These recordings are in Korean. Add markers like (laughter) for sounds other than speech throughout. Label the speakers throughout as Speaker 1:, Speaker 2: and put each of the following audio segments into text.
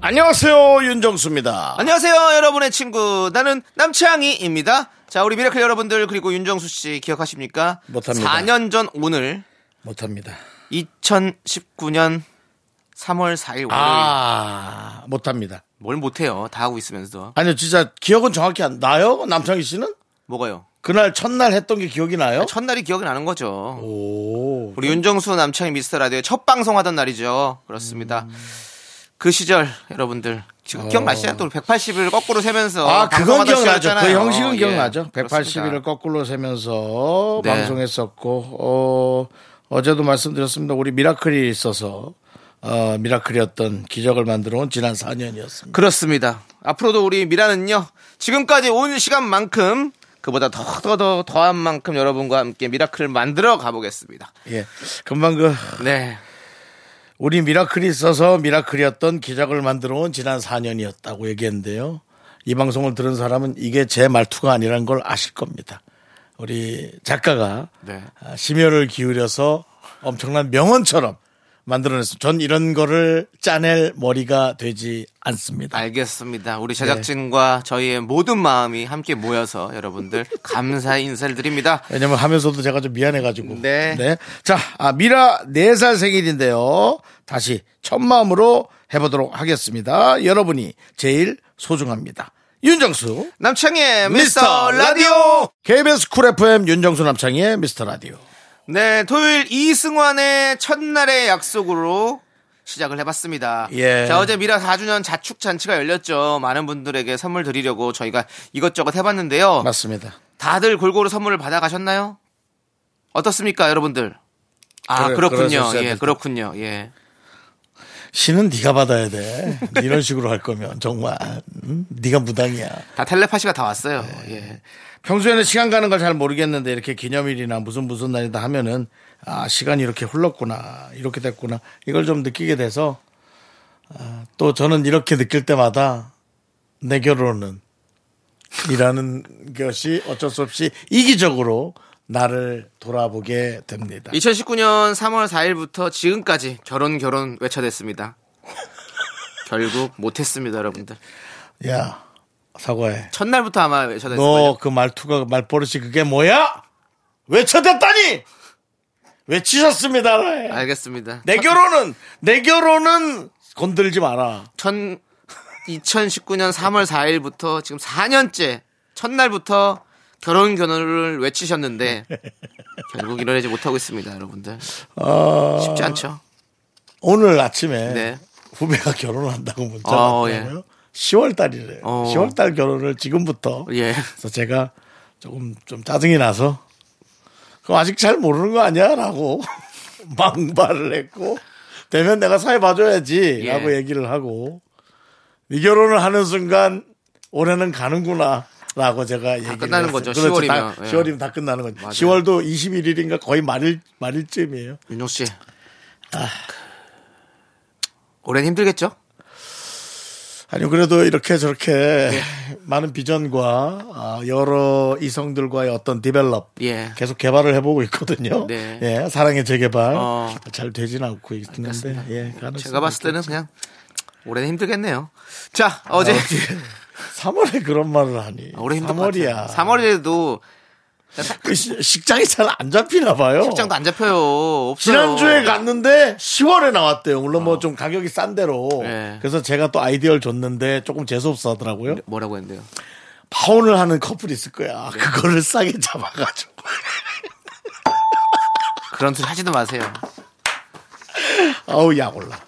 Speaker 1: 안녕하세요 윤정수입니다.
Speaker 2: 안녕하세요, 여러분의 친구. 나는 남창희입니다. 자, 우리 미라클 여러분들, 그리고 윤정수 씨 기억하십니까?
Speaker 1: 못합니다.
Speaker 2: 4년 전 오늘,
Speaker 1: 못합니다.
Speaker 2: 2019년 3월 4일 월요일.
Speaker 1: 아 못합니다.
Speaker 2: 뭘 못해요. 다 하고 있으면서.
Speaker 1: 아니요 진짜 기억은 정확히 안 나요 남창희 씨는
Speaker 2: 뭐가요?
Speaker 1: 그날 첫날 했던 게 기억이 나요?
Speaker 2: 첫날이 기억이 나는 거죠.
Speaker 1: 어? 오
Speaker 2: 우리 윤정수 남창희 미스터 라디오의 첫 방송 하던 날이죠. 그렇습니다.
Speaker 1: 음.
Speaker 2: 그 시절 여러분들 지금 기억나시죠? 또 180을 거꾸로 세면서
Speaker 1: 어. 아, 그건
Speaker 2: 어, 방송하던
Speaker 1: 기억나죠. 그
Speaker 2: 시절이잖아요.
Speaker 1: 형식은
Speaker 2: 예,
Speaker 1: 기억나죠.
Speaker 2: 그렇습니다.
Speaker 1: 180일을 거꾸로 세면서
Speaker 2: 네.
Speaker 1: 방송했었고, 어, 어제도 말씀드렸습니다. 우리 미라클이 있어서, 어, 미라클이었던 기적을 만들어 온 지난 4년이었습니다.
Speaker 2: 그렇습니다. 앞으로도 우리 미라는요, 지금까지 온 시간만큼, 그보다 더, 더, 더, 더한 만큼 여러분과 함께 미라클을 만들어 가보겠습니다.
Speaker 1: 예. 금방 그,
Speaker 2: 네.
Speaker 1: 우리 미라클이 있어서 미라클이었던 기적을 만들어 온 지난 4년이었다고 얘기했는데요. 이 방송을 들은 사람은 이게 제 말투가 아니란 걸 아실 겁니다. 우리 작가가
Speaker 2: 네.
Speaker 1: 아, 심혈을 기울여서 엄청난 명언처럼 만들어냈어요. 전 이런 거를 짜낼 머리가 되지 않습니다.
Speaker 2: 알겠습니다.
Speaker 1: 네.
Speaker 2: 우리 제작진과 저희의 모든 마음이 함께 모여서 여러분들 감사의 인사를 드립니다.
Speaker 1: 왜냐면 하면서도 제가 좀 미안해가지고.
Speaker 2: 네.
Speaker 1: 자, 아, 미라 4살 생일인데요. 다시 첫 마음으로 해보도록 하겠습니다. 여러분이 제일 소중합니다. 윤정수.
Speaker 2: 남창희의 미스터 라디오!
Speaker 1: KBS 쿨 FM 윤정수 남창희의 미스터 라디오.
Speaker 2: 네, 토요일 이승환의 첫날의 약속으로 시작을 해봤습니다.
Speaker 1: 예.
Speaker 2: 자, 어제 미라 4주년 자축 잔치가 열렸죠. 많은 분들에게 선물 드리려고 저희가 이것저것 해봤는데요.
Speaker 1: 맞습니다.
Speaker 2: 다들 골고루 선물을 받아가셨나요? 어떻습니까, 여러분들? 아,
Speaker 1: 그래,
Speaker 2: 그렇군
Speaker 1: 그래서
Speaker 2: 요
Speaker 1: 있어야
Speaker 2: 예,
Speaker 1: 될
Speaker 2: 그렇군요. 예.
Speaker 1: 신은 네가 받아야 돼. 이런 식으로 할 거면 정말 음? 네가 무당이야.
Speaker 2: 다 텔레파시가 다 왔어요.
Speaker 1: 네,
Speaker 2: 예.
Speaker 1: 평소에는 시간 가는 걸 잘 모르겠는데 이렇게 기념일이나 무슨 무슨 날이다 하면은 아 시간이 이렇게 흘렀구나 이렇게 됐구나 이걸 좀 느끼게 돼서 아, 또 저는 이렇게 느낄 때마다 내 결혼은 이라는 것이 어쩔 수 없이 이기적으로 나를 돌아보게 됩니다.
Speaker 2: 2019년 3월 4일부터 지금까지 결혼 결혼
Speaker 1: (laughs)
Speaker 2: 외쳐댔습니다. 결국 못했습니다, 여러분들.
Speaker 1: 야 사과해.
Speaker 2: 첫날부터 아마 외쳐댔을
Speaker 1: 너
Speaker 2: 거예요.
Speaker 1: 그 말투가 말버릇이 그게 뭐야? 외쳐댔다니 외치셨습니다. 라해.
Speaker 2: 알겠습니다.
Speaker 1: 내 결혼은 내 결혼은 건들지 마라.
Speaker 2: 천, 2019년 3월 4일부터 지금 4년째 첫날부터 결혼 결혼을 외치셨는데
Speaker 1: (laughs)
Speaker 2: 결국 이뤄내지 못하고 있습니다, 여러분들.
Speaker 1: 어,
Speaker 2: 쉽지 않죠?
Speaker 1: 오늘 아침에
Speaker 2: 네.
Speaker 1: 후배가 결혼한다고 문자
Speaker 2: 어,
Speaker 1: 왔더라고요. 10월 달이래요.
Speaker 2: 어.
Speaker 1: 10월 달 결혼을 지금부터.
Speaker 2: 예.
Speaker 1: 그래서 제가 조금 좀 짜증이 나서 그럼 아직 잘 모르는 거 아니야라고 (laughs) 망발을 했고 되면 내가 사회
Speaker 2: 예.
Speaker 1: 봐줘야지라고 얘기를 하고 이 결혼을 하는 순간 올해는 가는구나라고 제가 얘기를
Speaker 2: 끝나는
Speaker 1: 했어요.
Speaker 2: 거죠,
Speaker 1: 그렇죠.
Speaker 2: 10월 이면.
Speaker 1: 다,
Speaker 2: 예.
Speaker 1: 10월이면 다 끝나는 거죠. 10월도 21일인가 거의 말일 말일쯤이에요.
Speaker 2: 윤종 씨.
Speaker 1: 아.
Speaker 2: 올해는 힘들겠죠?
Speaker 1: 아니 그래도 이렇게 저렇게
Speaker 2: 예.
Speaker 1: 많은 비전과 아, 여러 이성들과의 어떤 디벨롭
Speaker 2: 예.
Speaker 1: 계속 개발을 해보고 있거든요.
Speaker 2: 네.
Speaker 1: 예, 사랑의 재개발
Speaker 2: 어.
Speaker 1: 잘 되진 않고 있는데 예, 가능성이
Speaker 2: 제가 봤을 때는 그냥 올해는 힘들겠네요. 자, 어제
Speaker 1: 있겠지. 3월에 그런 말을 하니
Speaker 2: (laughs) 올해 힘들
Speaker 1: 3월이야. 어. 그
Speaker 2: 3월에도
Speaker 1: 식장이 잘 안 잡히나 봐요.
Speaker 2: 직장도 안 잡혀요. 없어요. 어.
Speaker 1: 지난주에 갔는데 10월에 나왔대요. 물론 뭐 좀 가격이 싼 대로.
Speaker 2: 네.
Speaker 1: 그래서 제가 또 아이디어를 줬는데 조금 재수없어 하더라고요.
Speaker 2: 뭐라고 했는데요?
Speaker 1: 파혼을 하는 커플이 있을 거야.
Speaker 2: 네.
Speaker 1: 그거를 싸게 잡아가지고.
Speaker 2: 그런 소리 하지도 마세요.
Speaker 1: 아우, 약 올라.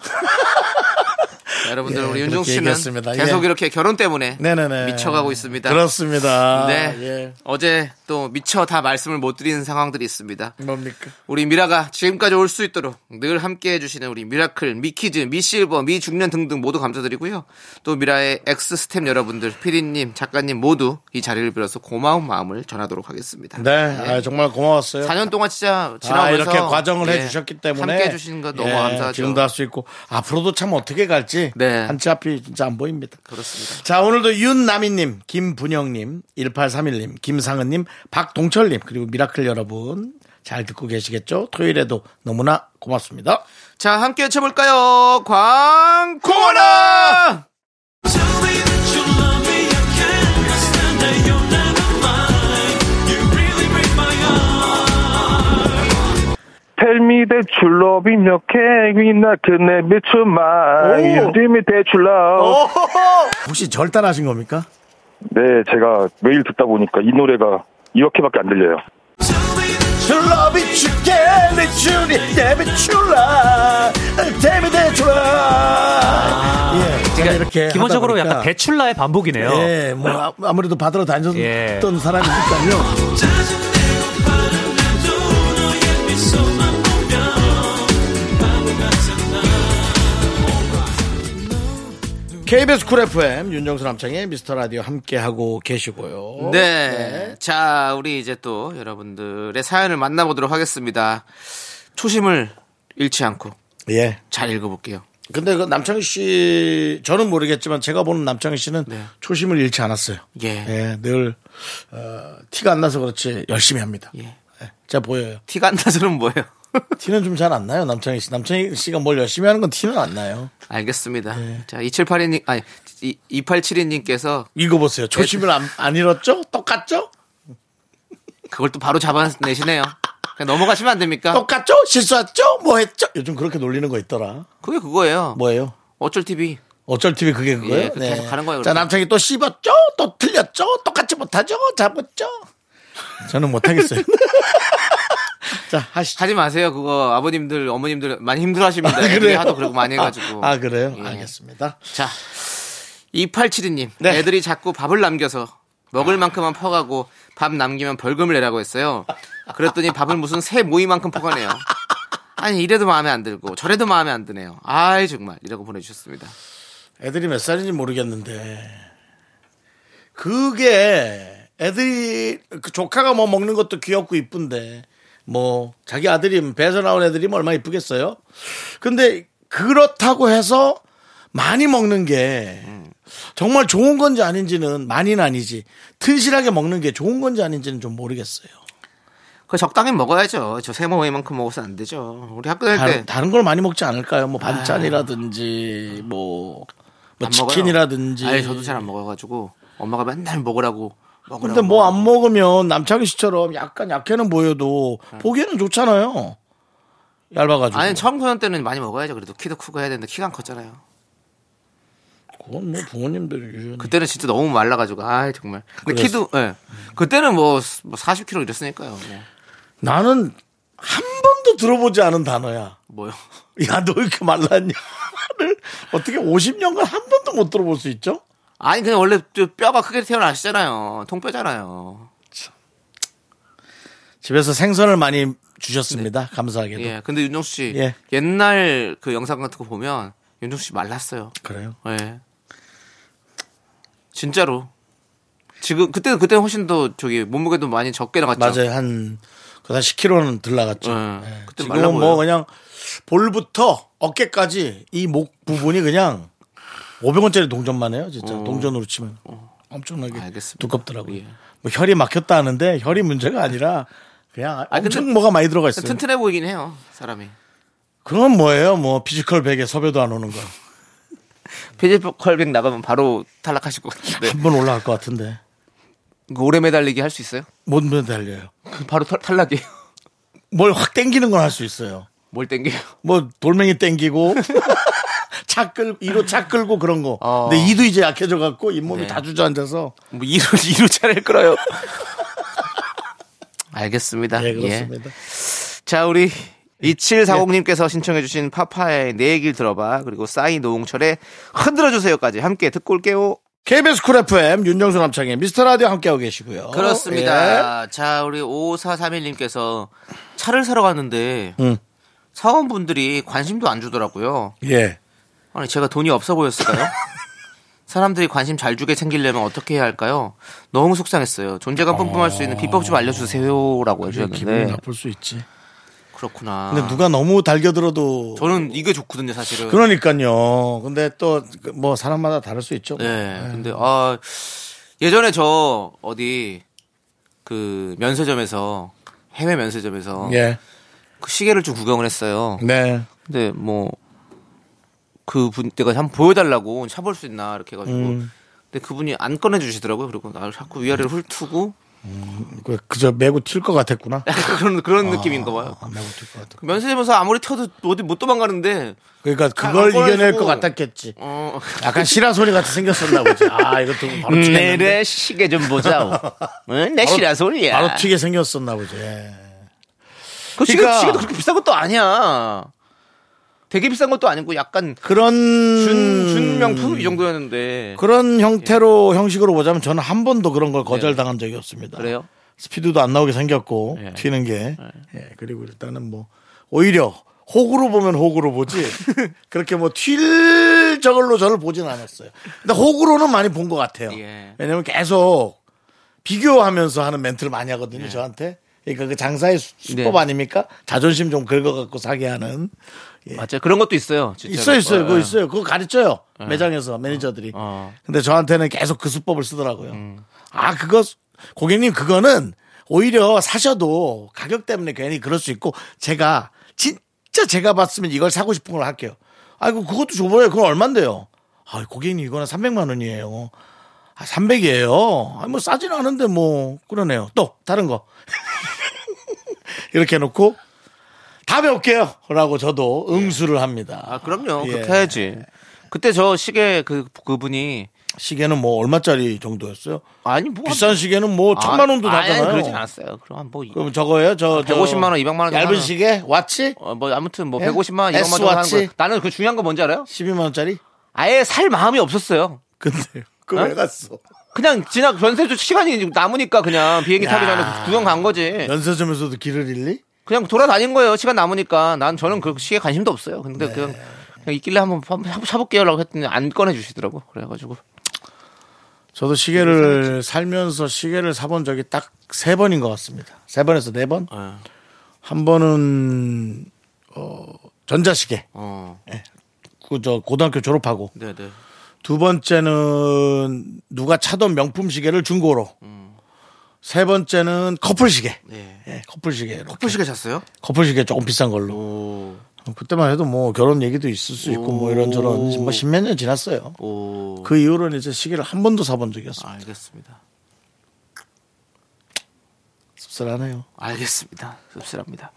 Speaker 2: 자, 여러분들
Speaker 1: 예,
Speaker 2: 우리
Speaker 1: 그렇게
Speaker 2: 윤종수 씨는
Speaker 1: 얘기했습니다.
Speaker 2: 계속
Speaker 1: 예.
Speaker 2: 이렇게 결혼 때문에
Speaker 1: 네네네.
Speaker 2: 미쳐가고 있습니다.
Speaker 1: 그렇습니다.
Speaker 2: 네.
Speaker 1: 예.
Speaker 2: 어제 또 미처 다 말씀을 못 드리는 상황들이 있습니다.
Speaker 1: 뭡니까?
Speaker 2: 우리 미라가 지금까지 올 수 있도록 늘 함께 해주시는 우리 미라클, 미키즈, 미실버, 미중년 등등 모두 감사드리고요. 또 미라의 엑스스텝 여러분들, 피디님, 작가님 모두 이 자리를 빌어서 고마운 마음을 전하도록 하겠습니다.
Speaker 1: 네, 아, 정말 고마웠어요.
Speaker 2: 4년 동안 진짜 지나면서
Speaker 1: 아, 이렇게 과정을
Speaker 2: 예,
Speaker 1: 해주셨기 때문에
Speaker 2: 함께 해주신 거 너무
Speaker 1: 예,
Speaker 2: 감사하죠.
Speaker 1: 지금도 할 수 있고 앞으로도 참 어떻게 갈지
Speaker 2: 네.
Speaker 1: 한치 앞이 진짜 안 보입니다.
Speaker 2: 그렇습니다.
Speaker 1: 자, 오늘도 윤나미님, 김분영님, 1831님, 김상은님, 박동철님, 그리고 미라클 여러분 잘 듣고 계시겠죠? 토요일에도 너무나 고맙습니다.
Speaker 2: 자, 함께 외쳐볼까요? 광고나!
Speaker 3: Tell me that you love me, no can we not connect me to mine? You give me that you love.
Speaker 1: 혹시 절 따라하신 겁니까?
Speaker 3: 네, 제가 매일 듣다 보니까 이 노래가 이렇게밖에 안 들려요.
Speaker 1: 예, 제가 이렇게
Speaker 4: 그러니까 기본적으로
Speaker 1: 하다 보니까
Speaker 4: 약간 대출라의 반복이네요.
Speaker 1: 예, 뭐 아- 아무래도 받으러 다녔던
Speaker 4: 예.
Speaker 1: 사람이니까요. KBS 쿨 FM 윤정수 남창의 미스터 라디오 함께 하고 계시고요.
Speaker 2: 네. 자, 우리 이제 또 여러분들의 사연을 만나보도록 하겠습니다. 초심을 잃지 않고
Speaker 1: 예.
Speaker 2: 잘 읽어볼게요.
Speaker 1: 근데 그 남창희 씨 저는 모르겠지만 제가 보는 남창희 씨는
Speaker 2: 네.
Speaker 1: 초심을 잃지 않았어요.
Speaker 2: 예.
Speaker 1: 늘 어, 티가 안 나서 그렇지 열심히 합니다.
Speaker 2: 예.
Speaker 1: 예, 제가 보여요.
Speaker 2: 티가 안 나서는 뭐예요? (laughs)
Speaker 1: 티는 좀 잘 안 나요, 남창희 씨. 남창희 씨가 뭘 열심히 하는 건 티는 안 나요.
Speaker 2: 알겠습니다.
Speaker 1: 네.
Speaker 2: 자, 2782님, 아니, 2872님께서
Speaker 1: 읽어보세요. 초심을 안, 안 잃었죠? 똑같죠?
Speaker 2: 그걸 또 바로 잡아내시네요. 그냥 넘어가시면 안 됩니까?
Speaker 1: 똑같죠? 실수했죠? 뭐 했죠? 요즘 그렇게 놀리는 거 있더라.
Speaker 2: 그게 그거예요.
Speaker 1: 뭐예요?
Speaker 2: 어쩔 TV.
Speaker 1: 어쩔 TV 그게 그거예요? 네.
Speaker 2: 예, 그렇게 해서 가는 거예요,
Speaker 1: 자,
Speaker 2: 그러면.
Speaker 1: 남창이 또 씹었죠? 또 틀렸죠? 똑같이 못하죠? 잡았죠? 저는
Speaker 2: (laughs)
Speaker 1: 못하겠어요. (laughs) 자, 하시죠.
Speaker 2: 하지 마세요. 그거 아버님들, 어머님들 많이 힘들어 하십니다. 애들이 하도 네, 그러고 많이 해가지고.
Speaker 1: 아, 아, 그래요?
Speaker 2: 예.
Speaker 1: 알겠습니다.
Speaker 2: 자, 2872님.
Speaker 1: 네.
Speaker 2: 애들이 자꾸 밥을 남겨서 먹을 만큼만 퍼가고 밥 남기면 벌금을 내라고 했어요. 그랬더니 밥을 무슨 새 모이만큼 퍼가네요. 아니, 이래도 마음에 안 들고 저래도 마음에 안 드네요. 아이, 정말. 이라고 보내주셨습니다.
Speaker 1: 애들이 몇 살인지 모르겠는데 그게 애들이 그 조카가 뭐 먹는 것도 귀엽고 이쁜데 뭐 자기 아들이 배에서 나온 애들이 뭐 얼마나 이쁘겠어요? 근데 그렇다고 해서 많이 먹는 게 정말 좋은 건지 아닌지는 많이는 아니지 튼실하게 먹는 게 좋은 건지 아닌지는 좀 모르겠어요.
Speaker 2: 그 적당히 먹어야죠. 저 새 모이만큼 먹어서 안 되죠. 우리 학교 다닐 때.
Speaker 1: 다른, 다른 걸 많이 먹지 않을까요? 뭐 반찬이라든지 뭐, 뭐
Speaker 2: 아. 안 먹어요.
Speaker 1: 치킨이라든지.
Speaker 2: 아니, 저도 잘 안 먹어가지고 엄마가 맨날 먹으라고 먹으라고.
Speaker 1: 근데 뭐 안
Speaker 2: 먹으라고.
Speaker 1: 먹으면 남창희 씨처럼 약간 약해는 보여도 보기에는 좋잖아요. 얇아가지고.
Speaker 2: 네. 아니 청소년 때는 많이 먹어야죠. 그래도 키도 크고 해야 되는데 키가 안 컸잖아요.
Speaker 1: 그건 뭐 부모님들이.
Speaker 2: 음. 그때는 진짜 너무 말라가지고 아 정말. 근데 키도 예. 그때는 뭐 40kg 이랬으니까요. 뭐.
Speaker 1: 나는 한 번도 들어보지 않은 단어야.
Speaker 2: 뭐요? (laughs)
Speaker 1: 야, 너 왜 이렇게 말랐냐?를 어떻게 50년간 한 번도 못 들어볼 수 있죠?
Speaker 2: 아니 그냥 원래 저 뼈가 크게 태어나시잖아요. 통뼈잖아요.
Speaker 1: 집에서 생선을 많이 주셨습니다. 감사하게도.
Speaker 2: 예. 근데 윤정수 씨
Speaker 1: 예.
Speaker 2: 옛날 그 영상 같은 거 보면 윤정수 씨 말랐어요.
Speaker 1: 그래요?
Speaker 2: 예. 진짜로. 지금 그때 그때 훨씬 더 저기 몸무게도 많이 적게 나갔죠.
Speaker 1: 맞아요. 한, 그다 10kg는 덜 나갔죠.
Speaker 2: 예.
Speaker 1: 예.
Speaker 2: 그때
Speaker 1: 지금은
Speaker 2: 말라
Speaker 1: 뭐
Speaker 2: 보여요.
Speaker 1: 그냥 볼부터 어깨까지 이 목 부분이 그냥 500원짜리 동전만 해요, 진짜. 동전으로 치면. 엄청나게
Speaker 2: 어. 알겠습니다.
Speaker 1: 두껍더라고요.
Speaker 2: 예.
Speaker 1: 뭐 혈이 막혔다 하는데 혈이 문제가 아니라 그냥
Speaker 2: 아, 근데
Speaker 1: 엄청 뭐가 많이 들어가 있어요.
Speaker 2: 튼튼해 보이긴 해요 사람이.
Speaker 1: 그건 뭐예요? 뭐 피지컬 100에 섭외도 안 오는 거.
Speaker 2: 피지컬백 나가면 바로 탈락하실 것 같은데.
Speaker 1: 한 번 올라갈 것 같은데.
Speaker 2: (laughs) 그 오래 매달리기 할 수 있어요?
Speaker 1: 못 매달려요.
Speaker 2: 그 바로 탈, 탈락이에요.
Speaker 1: 뭘 확 땡기는 건 할 수 있어요.
Speaker 2: 뭘 땡겨요?
Speaker 1: 뭐 돌멩이 땡기고 (laughs) 차 끌, 이로 차 끌고 그런 거.
Speaker 2: 어.
Speaker 1: 근데 이도 이제 약해져 갖고 잇몸이
Speaker 2: 네.
Speaker 1: 다 주저앉아서
Speaker 2: 뭐 이로 이로 차를 끌어요. (laughs) 알겠습니다. 아,
Speaker 1: 네, 그렇습니다.
Speaker 2: 예. 자 우리 2740님께서 신청해주신 파파의 내 얘기를 들어봐 그리고 싸이 노홍철의 흔들어주세요까지 함께 듣고 올게요.
Speaker 1: KBS 쿨 FM 윤정수 남창의 미스터 라디오 함께하고
Speaker 2: 어?
Speaker 1: 계시고요. 예.
Speaker 2: 그렇습니다. 자, 우리 5431님께서 차를 사러 갔는데
Speaker 1: 음.
Speaker 2: 사원분들이 관심도 안 주더라고요.
Speaker 1: 예.
Speaker 2: 아니, 제가 돈이 없어 보였을까요? 사람들이 관심 잘 주게 챙기려면 어떻게 해야 할까요? 너무 속상했어요. 존재감 뿜뿜할 수 있는 비법 좀 알려주세요라고
Speaker 1: 기분
Speaker 2: 해주셨는데
Speaker 1: 나쁠 수 있지.
Speaker 2: 그렇구나.
Speaker 1: 근데 누가 너무 달겨들어도
Speaker 2: 아. 저는 그 이게 좋거든요, 사실은.
Speaker 1: 그러니까요. 근데 또 뭐 사람마다 다를 수 있죠.
Speaker 2: 네. 근데 아 예전에 저 어디 그 면세점에서 해외 면세점에서
Speaker 1: 예.
Speaker 2: 그 시계를 좀 구경을 했어요.
Speaker 1: 네.
Speaker 2: 근데 뭐 그분 내가 한번 보여달라고 차볼 수 있나 이렇게 해가지고 근데 그분이 안 꺼내주시더라고요. 그리고 나 자꾸 위아래를 훑고 (laughs)
Speaker 1: 그- 그저 매고 튈 것 같았구나.
Speaker 2: 그런 그런 느낌인가 봐요.
Speaker 1: 아, 매고 튈 것 같아.
Speaker 2: 그 면세점에서 아무리 튀어도 어디 못 도망가는데
Speaker 1: 그러니까
Speaker 2: 아, 안
Speaker 1: 그걸 이겨낼
Speaker 2: 꺼내주고.
Speaker 1: 것 같았겠지.
Speaker 2: 어 네,
Speaker 1: 약간 실화 소리 같이 생겼었나 보지. 아, 이거 두고
Speaker 2: (laughs)
Speaker 1: 바로 튀겠는데.
Speaker 2: 음, 내래 시계 좀 보자. 응, 내 시라 소리야.
Speaker 1: 바로 튀게 생겼었나 보지. 예.
Speaker 2: 그 시계,
Speaker 1: 그러니까-
Speaker 2: 시계도 그렇게 비싼 것도 아니야. 되게 비싼 것도 아니고 약간
Speaker 1: 그런
Speaker 2: 준, 준명품 이 정도였는데.
Speaker 1: 그런 형태로 형식으로 보자면 저는 한 번도 그런 걸 거절당한 적이 없습니다.
Speaker 2: 그래요?
Speaker 1: 스피드도 안 나오게 생겼고
Speaker 2: 예.
Speaker 1: 튀는 게 예, 그리고 일단은 뭐 오히려 호구로 보면 호구로 (laughs) 보지 그렇게 뭐 튈 저걸로 저를 보진 않았어요. 근데 호구로는 많이 본 것 같아요.
Speaker 2: 예.
Speaker 1: 왜냐면 계속 비교하면서 하는 멘트를 많이 하거든요. 저한테. 그러니까 그 장사의 수- 수법
Speaker 2: 네.
Speaker 1: 아닙니까? 자존심 좀 긁어갖고 사게 하는
Speaker 2: 맞아요. 그런 것도 있어요. 진짜.
Speaker 1: 있어 있어요. 그거
Speaker 2: 어,
Speaker 1: 있어요. 그거 가르쳐요. 매장에서 매니저들이.
Speaker 2: 어. 음.
Speaker 1: 근데 저한테는 계속 그 수법을 쓰더라고요. 아 그거 고객님 그거는 오히려 사셔도 가격 때문에 괜히 그럴 수 있고 제가 진짜 제가 봤으면 이걸 사고 싶은 걸 할게요. 아이고 그것도 줘봐요. 그건 얼만데요? 아 고객님 이거는 300만 원이에요. 아 300이에요. 아뭐 싸지는 않은데 뭐 그러네요. 또 다른 거 (laughs) 이렇게 해놓고 다음에 올게요. 라고 저도 응수를 합니다.
Speaker 2: 아, 그럼요.
Speaker 1: 예.
Speaker 2: 그렇게 해야지. 그때 저 시계 그, 그분이.
Speaker 1: 시계는 뭐 얼마짜리 정도였어요?
Speaker 2: 아니, 뭐.
Speaker 1: 비싼 시계는 뭐
Speaker 2: 아,
Speaker 1: 천만 원도 나잖아요.
Speaker 2: 아니, 그러진 않았어요. 그럼 뭐.
Speaker 1: 그럼 저거예요? 저, 저
Speaker 2: 150만 원, 200만 원 정도
Speaker 1: 얇은
Speaker 2: 하는-
Speaker 1: 시계? 와치?
Speaker 2: 어, 뭐, 아무튼 뭐,
Speaker 1: 예?
Speaker 2: 150만 원, 200만 원 하는
Speaker 1: Swatch?
Speaker 2: 거. 나는 그 중요한 거 뭔지 알아요?
Speaker 1: 12만 원짜리?
Speaker 2: 아예 살 마음이 없었어요.
Speaker 1: 근데 그거 왜 갔어?
Speaker 2: 그냥 지나 전세도 시간이 남으니까 그냥 비행기 타기
Speaker 1: 야.
Speaker 2: 전에 구경 간 거지.
Speaker 1: 연세점에서도 길을 잃니?
Speaker 2: 그냥 돌아다닌 거예요. 시간 남으니까. 난 저는 그 시에 관심도 없어요. 근데 그냥, 그냥 있길래 한번 사- 사볼게요. 라고 했더니 안 꺼내주시더라고. 그래가지고.
Speaker 1: 저도 시계를 살면서 시계를 사본 적이 딱 세 번인 것 같습니다. 세 번에서 네 번?
Speaker 2: 어.
Speaker 1: 한 번은 어, 전자시계.
Speaker 2: 어.
Speaker 1: 그 저 고등학교 졸업하고
Speaker 2: 네네.
Speaker 1: 두 번째는 누가 차던 명품 시계를 중고로. 세 번째는 커플 시계.
Speaker 2: 네.
Speaker 1: 예, 커플 시계.
Speaker 2: 커플 시계 샀어요?
Speaker 1: 커플 시계 조금 비싼 걸로.
Speaker 2: 오.
Speaker 1: 그때만 해도 뭐 결혼 얘기도 있을 수 있고 뭐 이런저런
Speaker 2: 오.
Speaker 1: 뭐 십몇 년 지났어요.
Speaker 2: 오. 아,
Speaker 1: 그 이후로는 이제 시계를 한 번도 사본 적이 없어요.
Speaker 2: 알겠습니다.
Speaker 1: 씁쓸하네요.
Speaker 2: 알겠습니다. 씁쓸합니다.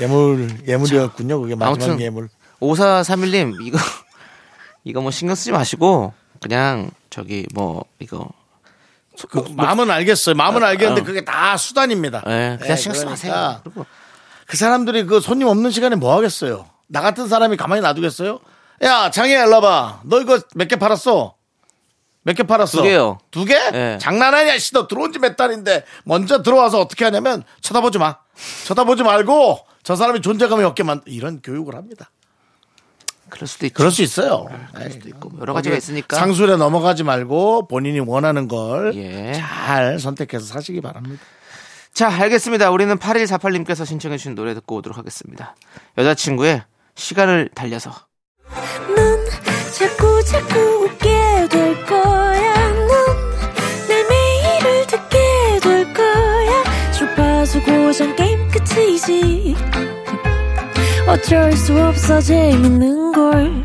Speaker 1: 예물 예물이었군요. 그게 마지막
Speaker 2: 아무튼
Speaker 1: 예물.
Speaker 2: 5431님, 이거, 이거 뭐 신경 쓰지 마시고, 그냥 저기 뭐, 이거.
Speaker 1: 그
Speaker 2: 뭐,
Speaker 1: 마음은 알겠어요. 마음은 알겠는데 그게 다 수단입니다.
Speaker 2: 예, 아, 그냥
Speaker 1: 예,
Speaker 2: 신경 쓰지
Speaker 1: 그러니까
Speaker 2: 마세요. 그리고
Speaker 1: 그 사람들이 그 손님 없는 시간에 뭐 하겠어요? 나 같은 사람이 가만히 놔두겠어요? 야, 장애야, 일로 와봐. 너 이거 몇 개 팔았어? 몇 개 팔았어?
Speaker 2: 두 개요.
Speaker 1: 두 개?
Speaker 2: 예.
Speaker 1: 장난하냐, 씨. 너 들어온 지 몇 달인데 먼저 들어와서 어떻게 하냐면 쳐다보지 마. 쳐다보지 말고 저 사람이 존재감이 없게 만 이런 교육을 합니다.
Speaker 2: 그럴 수도 있죠.
Speaker 1: 그럴 수 있어요. 네.
Speaker 2: 있고, 뭐 여러 가지가 있으니까.
Speaker 1: 상술에 넘어가지 말고 본인이 원하는 걸
Speaker 2: 예.
Speaker 1: 잘 선택해서 사시기 바랍니다.
Speaker 2: 자, 알겠습니다. 우리는 8148님께서 신청해주신 노래 듣고 오도록 하겠습니다. 여자친구의 시간을 달려서.
Speaker 5: 넌 자꾸 자꾸 웃게 될 거야. 넌내 매일을 듣게 될 거야. 주파수 고정 게임 끝이지. 어쩔 수 없어 재밌는 걸.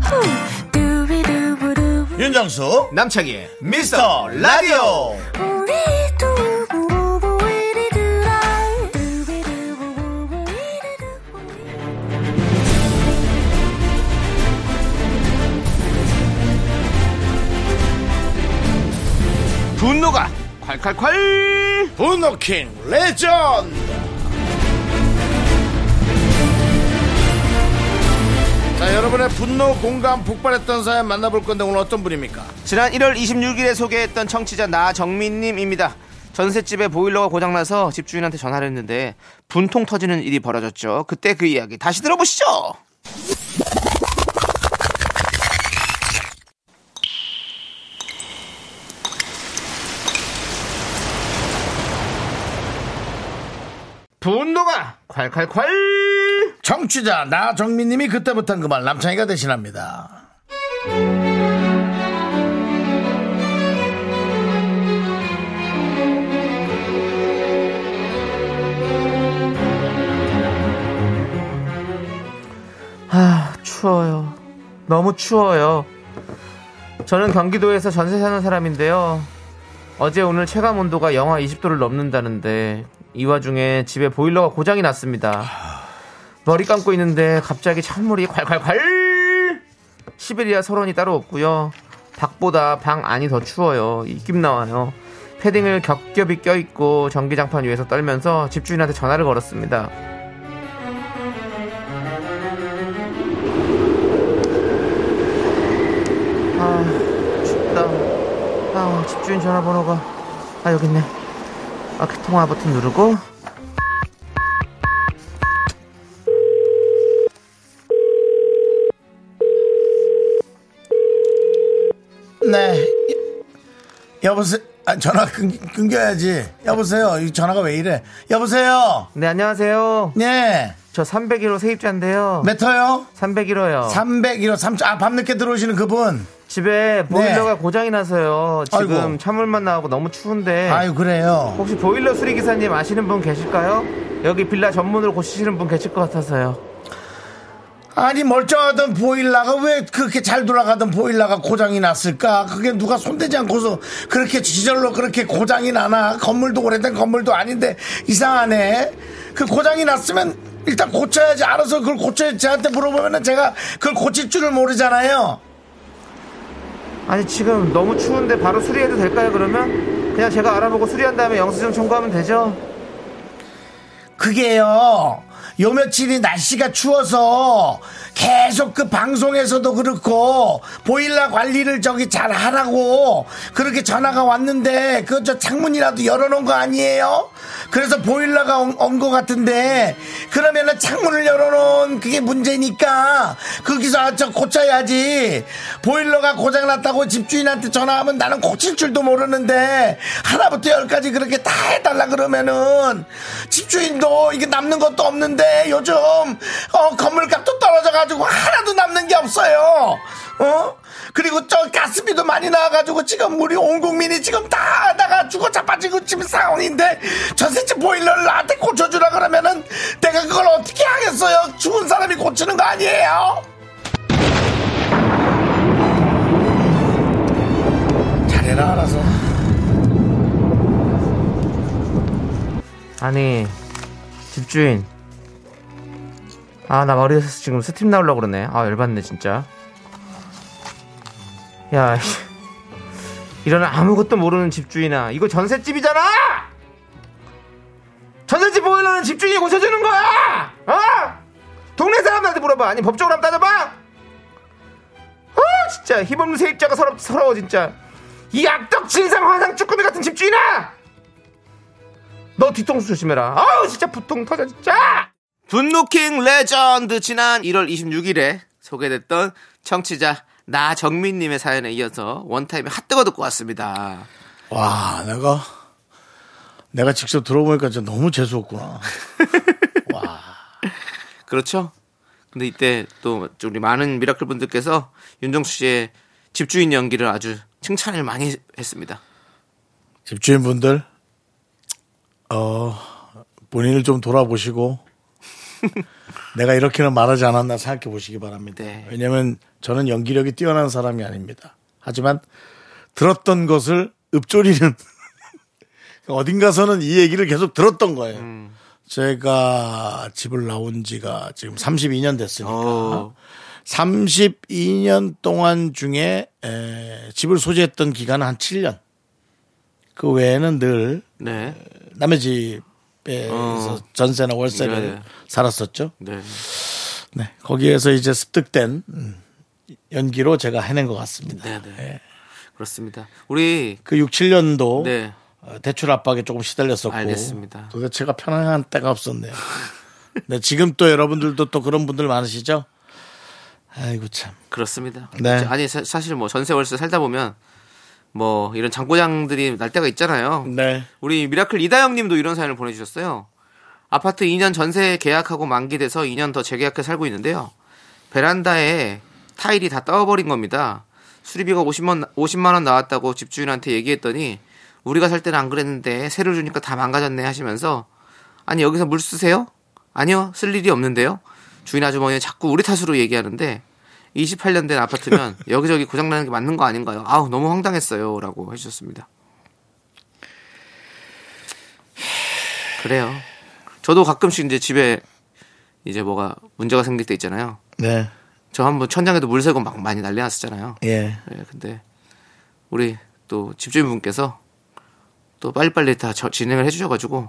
Speaker 5: 후. 두비두부두부.
Speaker 1: 윤정수,
Speaker 2: 남창희의
Speaker 1: 미스터 라디오.
Speaker 5: 우리 두부부부 우리들아. 두비두부부부 우리들아.
Speaker 2: 분노가 콸콸콸!
Speaker 1: 분노킹 레전드 여러분의 분노, 공감, 폭발했던 사연 만나볼 건데 오늘 어떤 분입니까?
Speaker 2: 지난 1월 26일에 소개했던 청취자 나정민님입니다. 전셋집에 보일러가 고장나서 집주인한테 전화를 했는데 분통 터지는 일이 벌어졌죠. 그때 그 이야기 다시 들어보시죠. 분노가 콸콸콸!
Speaker 1: 정취자 나정민님이 그때 못한 그 말 남창희가 대신합니다.
Speaker 2: 아, 추워요. 너무 추워요. 저는 경기도에서 전세 사는 사람인데요. 어제 오늘 체감 온도가 영하 20도를 넘는다는데 이 와중에 집에 보일러가 고장이 났습니다. 머리 감고 있는데 갑자기 찬물이 콸콸콸! 시베리아 설원이 따로 없고요. 밖보다 방 안이 더 추워요. 입김 나와요. 패딩을 겹겹이 껴입고 전기장판 위에서 떨면서 집주인한테 전화를 걸었습니다. 아 춥다 아 집주인 전화번호가 아 여기 있네 아 통화 버튼 누르고
Speaker 1: 네. 여보세요. 아, 전화 끊, 끊겨야지. 여보세요. 이 전화가 왜 이래? 여보세요.
Speaker 2: 네 안녕하세요
Speaker 1: 네.
Speaker 2: 저 301호 세입자인데요
Speaker 1: 메터요.
Speaker 2: 301호요
Speaker 1: 301호 3초. 아, 밤늦게 들어오시는 그분.
Speaker 2: 집에 보일러가 고장이 나서요 지금
Speaker 1: 네. 아이고.
Speaker 2: 찬물만 나오고 너무 추운데
Speaker 1: 아유, 그래요.
Speaker 2: 혹시 보일러 수리기사님 아시는 분 계실까요? 여기 빌라 전문으로 고치시는 분 계실 것 같아서요
Speaker 1: 아니, 멀쩡하던 보일러가 왜 그렇게 잘 돌아가던 보일러가 고장이 났을까? 그게 누가 손대지 않고서 그렇게 지절로 그렇게 고장이 나나? 건물도 오래된 건물도 아닌데 이상하네. 그 고장이 났으면 일단 고쳐야지. 알아서 그걸 고쳐야지. 저한테 물어보면은 제가 그걸 고칠 줄을 모르잖아요.
Speaker 2: 아니 지금 너무 추운데 바로 수리해도 될까요 그러면? 그냥 제가 알아보고 수리한 다음에 영수증 청구하면 되죠?
Speaker 1: 그게요. 요 며칠이 날씨가 추워서 계속 그 방송에서도 그렇고 보일러 관리를 저기 잘 하라고 그렇게 전화가 왔는데 그 저 창문이라도 열어놓은 거 아니에요? 그래서 보일러가 온 거 같은데 그러면은 창문을 열어놓은 그게 문제니까 거기서 아, 저 고쳐야지 보일러가 고장났다고 집주인한테 전화하면 나는 고칠 줄도 모르는데 하나부터 열까지 그렇게 다 해달라 그러면은 집주인도 이게 남는 것도 없는데 요즘 어, 건물값도 떨어져가지고 하나도 남는 게 없어요. 어? 그리고 저 가스비도 많이 나와가지고 지금 우리 온 국민이 지금 다 나가 죽어 자빠지고 지금 상황인데 전세집 보일러를 나한테 고쳐주라 그러면은 내가 그걸 어떻게 하겠어요? 죽은 사람이 고치는 거 아니에요? 잘해라 알아서.
Speaker 2: 아니 집주인 아 나 머리에서 지금 스팀 나오려고 그러네 아 열받네 진짜 야 (laughs) 씨. 이런 아무것도 모르는 집주인아 이거 전셋집이잖아 전셋집 보일러는 집주인이 고쳐주는 거야 어? 동네 사람한테 물어봐 아니 법적으로 한번 따져봐 아 진짜 힘없는 세입자가 서럽, 서러워 진짜 이 악덕 진상 화상 쭈꾸미 같은 집주인아 너 뒤통수 조심해라. 아우 진짜 부통 터져 진짜.
Speaker 6: 분노킹 레전드 지난 1월 26일에 소개됐던 청취자 나정민님의 사연에 이어서 원타임의 핫뜨거 듣고 왔습니다.
Speaker 1: 와, 내가 내가 직접 들어보니까 진짜 너무 재수 없구나.
Speaker 6: 그렇죠? 근데 이때 또 우리 많은 미라클 분들께서 윤정수 씨의 집주인 연기를 아주 칭찬을 많이 했습니다.
Speaker 1: 집주인분들 어 본인을 좀 돌아보시고 내가 이렇게는 말하지 않았나 생각해 보시기 바랍니다.
Speaker 6: 네.
Speaker 1: 왜냐하면 저는 연기력이 뛰어난 사람이 아닙니다. 하지만 들었던 것을 읊조리는 (laughs) 어딘가서는 이 얘기를 계속 들었던 거예요. 제가 집을 나온 지가 지금 32년 됐으니까 32년 동안 중에 에, 집을 소지했던 기간은 한 7년. 그 외에는 늘
Speaker 6: 네.
Speaker 2: 어.
Speaker 1: 남의 집에서 전세나 월세를
Speaker 6: 네.
Speaker 1: 살았었죠.
Speaker 6: 네.
Speaker 1: 네, 거기에서 이제 습득된 음, 연기로 제가 해낸 것 같습니다.
Speaker 2: 네, 네. 그렇습니다. 우리
Speaker 1: 그 6, 7년도 어,
Speaker 2: 네.
Speaker 1: 대출 압박에 조금 시달렸었고
Speaker 2: 알겠습니다.
Speaker 1: 도대체가 편안한 때가 없었네요. (laughs) 네, 지금 또 여러분들도 또 그런 분들 많으시죠? 아이고 참.
Speaker 2: 그렇습니다.
Speaker 1: 네.
Speaker 2: 아니 사, 사실 뭐 전세 월세 살다 보면 뭐 이런 장고장들이 날 때가 있잖아요.
Speaker 1: 네.
Speaker 2: 우리 미라클 이다영님도 이런 사연을 보내주셨어요. 아파트 2년 전세 계약하고 만기돼서 2년 더 재계약해 살고 있는데요. 베란다에 타일이 다 떠버린 겁니다. 수리비가 50만 50만 원 나왔다고 집주인한테 얘기했더니 우리가 살 때는 안 그랬는데 새로 주니까 다 망가졌네 하시면서 아니 여기서 물 쓰세요? 아니요 쓸 일이 없는데요. 주인 아주머니 자꾸 우리 탓으로 얘기하는데 28년 된 아파트면 여기저기 고장나는 게 맞는 거 아닌가요? 아우 너무 황당했어요라고 해주셨습니다. 그래요. 저도 가끔씩 이제 집에 이제 뭐가 문제가 생길 때 있잖아요.
Speaker 1: 네.
Speaker 2: 저 한번 천장에도 물 새고 막 많이 난리 났었잖아요.
Speaker 1: 예.
Speaker 2: 예, 근데 우리 또 집주인분께서 또 빨리빨리 다 저- 진행을 해주셔가지고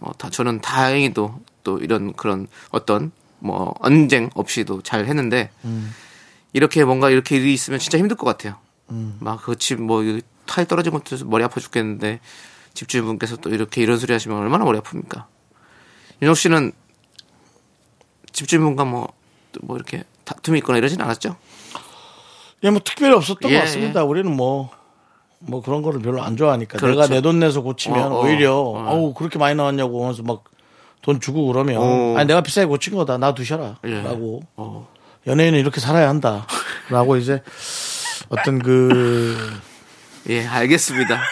Speaker 2: 어, 다 저는 다행히도 또 이런 그런 어떤 뭐 언쟁 없이도 잘 했는데 이렇게 뭔가 이렇게 일이 있으면 진짜 힘들 것 같아요. 막 그 집 뭐 타일 떨어진 것도 머리 아파 죽겠는데 집주인분께서 또 이렇게 이런 소리 하시면 얼마나 머리 아픕니까? 윤혁 씨는 집주인분과 뭐뭐 뭐 이렇게 다툼이 있거나 이러진 않았죠?
Speaker 1: 예, 뭐 특별히 없었던
Speaker 2: 예,
Speaker 1: 것 같습니다. 우리는 뭐, 뭐 그런 거를 별로 안 좋아하니까.
Speaker 2: 그렇죠.
Speaker 1: 내가 내 돈 내서 고치면
Speaker 2: 어, 어.
Speaker 1: 오히려,
Speaker 2: 어.
Speaker 1: 어우, 그렇게 많이 나왔냐고 하면서 막 돈 주고 그러면,
Speaker 2: 어.
Speaker 1: 아니, 내가 비싸게 고친 거다. 나 두셔라.
Speaker 2: 예.
Speaker 1: 라고.
Speaker 2: 어.
Speaker 1: 연예인은 이렇게 살아야 한다. 라고 이제 어떤
Speaker 2: (laughs)
Speaker 1: 그,
Speaker 2: 예, 알겠습니다.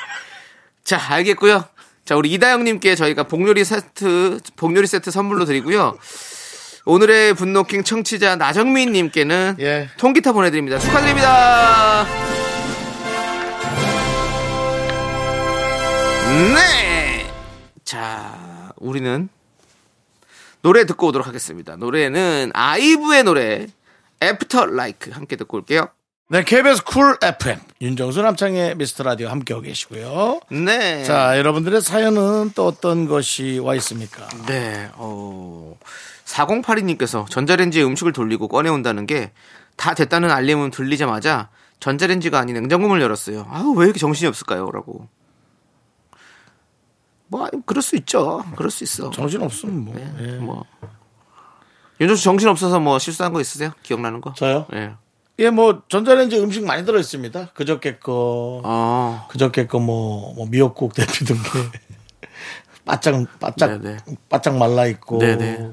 Speaker 2: 자, 알겠고요. 자, 우리 이다영님께 저희가 복요리 세트, 복요리 세트 선물로 드리고요. 오늘의 분노킹 청취자 나정민님께는
Speaker 1: 예.
Speaker 2: 통기타 보내드립니다. 축하드립니다. 네. 자, 우리는 노래 듣고 오도록 하겠습니다. 노래는 아이브의 노래 애프터 라이크 함께 듣고 올게요.
Speaker 1: 네, KBS 쿨 FM. 윤정수 남창의 미스터 라디오 함께하고 계시고요.
Speaker 2: 네.
Speaker 1: 자, 여러분들의 사연은 또 어떤 것이 와 있습니까?
Speaker 2: 네, 어, 4082님께서 전자레인지에 음식을 돌리고 꺼내온다는 게 다 됐다는 알림은 들리자마자 전자레인지가 아닌 냉장고문을 열었어요. 아우, 왜 이렇게 정신이 없을까요? 라고. 뭐, 아니, 그럴 수 있죠. 그럴 수 있어.
Speaker 1: 정신 없으면 뭐. 예.
Speaker 2: 뭐. 윤정수 정신 없어서 뭐 실수한 거 있으세요? 기억나는 거?
Speaker 1: 저요?
Speaker 2: 예.
Speaker 1: 예, 뭐 전자레인지 음식 많이 들어 있습니다. 그저께 거
Speaker 2: 아,
Speaker 1: 그저께 거뭐 뭐 미역국 대피 등게 (laughs) 바짝 바짝
Speaker 2: 네네.
Speaker 1: 바짝 말라 있고
Speaker 2: 네네.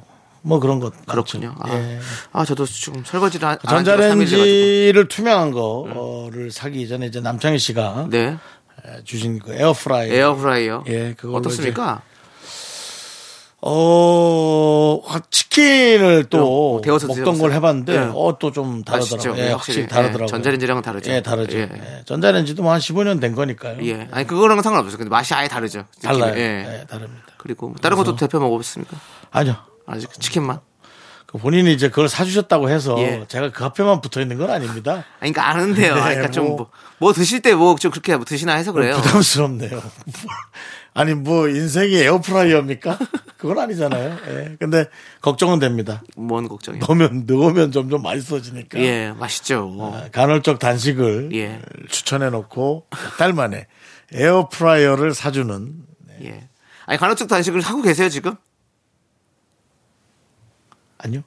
Speaker 1: 뭐 그런 것
Speaker 2: 그렇군요.
Speaker 1: 같죠.
Speaker 2: 아,
Speaker 1: 예.
Speaker 2: 아, 저도 지금 설거지를 안- 안한 지가 삼일이라 가지고.
Speaker 1: 전자레인지를 투명한 거를 사기 전에 이제 남창희 씨가
Speaker 2: 음. 네.
Speaker 1: 주신 그 에어프라이.
Speaker 2: 에어프라이어.
Speaker 1: 예, 그걸로
Speaker 2: 어떻습니까?
Speaker 1: 어 치킨을 또
Speaker 2: 어, 데워서
Speaker 1: 먹던
Speaker 2: 드셔봤어요?
Speaker 1: 걸 해봤는데
Speaker 2: 예.
Speaker 1: 어 또 좀 다르더라고요.
Speaker 2: 아시죠?
Speaker 1: 예,
Speaker 2: 예,
Speaker 1: 확실히
Speaker 2: 확실히.
Speaker 1: 다르더라고요.
Speaker 2: 예, 전자레인지랑은 다르죠.
Speaker 1: 예, 다르죠.
Speaker 2: 예.
Speaker 1: 예, 전자레인지도 뭐한 15년 된 거니까요.
Speaker 2: 예. 아니 그거랑 은 상관없어요. 근데 맛이 아예 다르죠. 느낌이.
Speaker 1: 달라요.
Speaker 2: 예.
Speaker 1: 예, 다릅니다.
Speaker 2: 그리고 뭐 다른 것도 대표 먹어보셨습니까?
Speaker 1: 아니요.
Speaker 2: 아직 치킨만.
Speaker 1: 그 본인이 이제 그걸 사주셨다고 해서
Speaker 2: 예.
Speaker 1: 제가 그 앞에만 붙어 있는 건 아닙니다.
Speaker 2: 아니 그러니까 아는데요. 아니, 그러니까 좀
Speaker 1: 뭐.
Speaker 2: 뭐 뭐 드실 때 뭐 좀 그렇게 뭐 드시나 해서 (laughs) 그래요.
Speaker 1: 부담스럽네요. (laughs) 아니 뭐 인생이 에어프라이어입니까? 그건 아니잖아요. 예. 근데 걱정은 됩니다.
Speaker 2: 뭔 걱정이요?
Speaker 1: 넣으면 넣으면 점점 맛있어지니까.
Speaker 2: 예, 맛있죠. 뭐.
Speaker 1: 아, 간헐적 단식을
Speaker 2: 예.
Speaker 1: 추천해 놓고 몇 달 만에 에어프라이어를 사주는
Speaker 2: 예. 아니 간헐적 단식을 하고 계세요 지금?
Speaker 1: 아니요.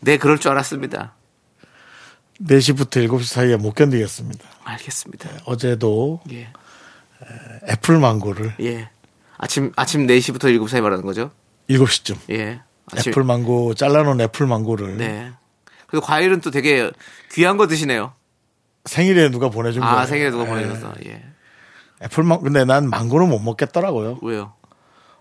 Speaker 2: 네, 그럴 줄 알았습니다.
Speaker 1: 4시부터 7시 사이에 못 견디겠습니다.
Speaker 2: 알겠습니다.
Speaker 1: 어제도
Speaker 2: 예,
Speaker 1: 애플 망고를
Speaker 2: 예. 아침 아침 4시부터 7시 사이 말하는 거죠?
Speaker 1: 7시쯤
Speaker 2: 예. 아침.
Speaker 1: 애플 망고 잘라놓은 애플 망고를
Speaker 2: 네. 그리고 과일은 또 되게 귀한 거 드시네요.
Speaker 1: 생일에 누가 보내준 거예요.
Speaker 2: 아 생일에 누가
Speaker 1: 예.
Speaker 2: 보내줘서 예.
Speaker 1: 애플망 근데 난 망고는 못 먹겠더라고요. (laughs)
Speaker 2: 왜요?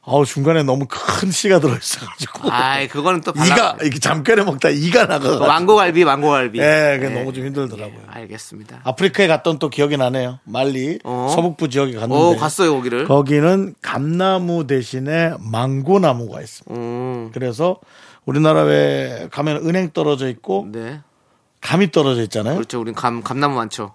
Speaker 1: 아우 중간에 너무 큰 씨가 들어 있어가지고
Speaker 2: 아이 그거는 또 발라.
Speaker 1: (laughs) 이가 이게 잠깐에 먹다 이가 나가.
Speaker 2: 그 망고갈비, 네. 망고갈비.
Speaker 1: 예, 그게 너무 좀 힘들더라고요.
Speaker 2: 알겠습니다.
Speaker 1: 아프리카에 갔던 또 기억이 나네요. 말리
Speaker 2: 어.
Speaker 1: 서북부 지역에 갔는데
Speaker 2: 오, 갔어요, 거기를.
Speaker 1: 거기는 감나무 대신에 망고 나무가 있습니다.
Speaker 2: 음,
Speaker 1: 그래서 우리나라 왜 가면 은행 떨어져 있고
Speaker 2: 네.
Speaker 1: 감이 떨어져 있잖아요.
Speaker 2: 그렇죠. 우린 감, 감나무 많죠.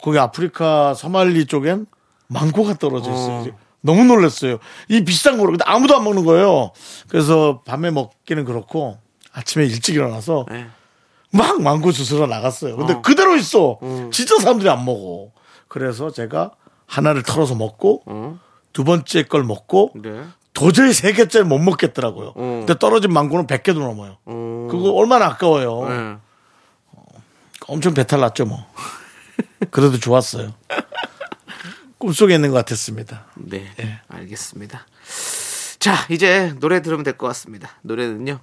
Speaker 1: 거기 아프리카 서말리 쪽엔 망고가 떨어져 있어요.
Speaker 2: 어.
Speaker 1: 이제 너무 놀랐어요. 이 비싼 거를 근데 아무도 안 먹는 거예요. 그래서 밤에 먹기는 그렇고 아침에 일찍 일어나서
Speaker 2: 네.
Speaker 1: 막 망고 주스로 나갔어요. 근데 그대로 있어. 진짜 사람들이 안 먹어. 그래서 제가 하나를 털어서 먹고 두 번째 걸 먹고
Speaker 2: 네.
Speaker 1: 도저히 세 개째 못 먹겠더라고요. 근데 떨어진 망고는 100개도 넘어요. 그거 얼마나 아까워요.
Speaker 2: 네.
Speaker 1: 엄청 배탈 났죠, 뭐. 그래도 좋았어요. 꿈속에 있는 것 같았습니다.
Speaker 2: 네.
Speaker 1: 예.
Speaker 2: 알겠습니다. 자, 이제 노래 들으면 될 것 같습니다. 노래는요.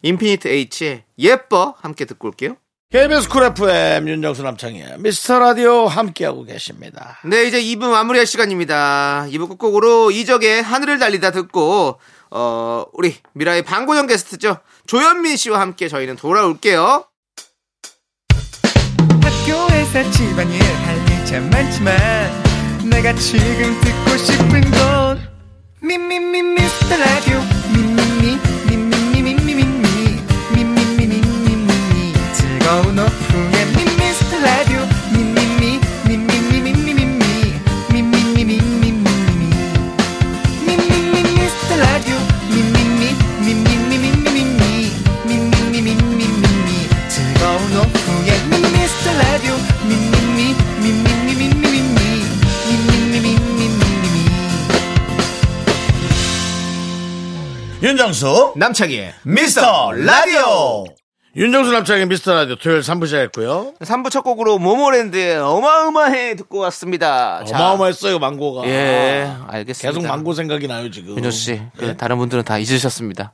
Speaker 2: 인피니트 H의 예뻐 함께 듣고 올게요.
Speaker 1: KBS 쿨 FM 윤정수 남창희 미스터 라디오 함께하고 계십니다.
Speaker 2: 네, 이제 2부 마무리할 시간입니다. 2부 끝곡으로 이적의 하늘을 달리다 듣고 어, 우리 미라의 방고영 게스트죠. 조현민 씨와 함께 저희는 돌아올게요.
Speaker 3: 학교에서 집안일 할 일 참 많지만 내가 지금 듣고 싶은 건 미미미 미스터 라디오 미미미 미미미미미미 미미미미미미 즐거운 오후에 미스터 라디오 미미미 미미미미미미 미미미미미미미 미미미 미스터 라디오 미미미 미미미미미미 미미미미미미 즐거운 오후에 미스터 라디오 미미미 미미미미미미 미미미미미미미
Speaker 1: 윤정수
Speaker 2: 남창희의
Speaker 1: 미스터 라디오 윤정수 남창희 미스터 라디오 토요일 3부 시작했고요.
Speaker 2: 3부 첫 곡으로 모모랜드의 어마어마해 듣고 왔습니다.
Speaker 1: 아,
Speaker 2: 자,
Speaker 1: 어마어마했어요 망고가.
Speaker 2: 예, 알겠습니다.
Speaker 1: 계속 망고 생각이 나요 지금.
Speaker 2: 윤조 씨, 그
Speaker 1: 예.
Speaker 2: 다른 분들은 다 잊으셨습니다.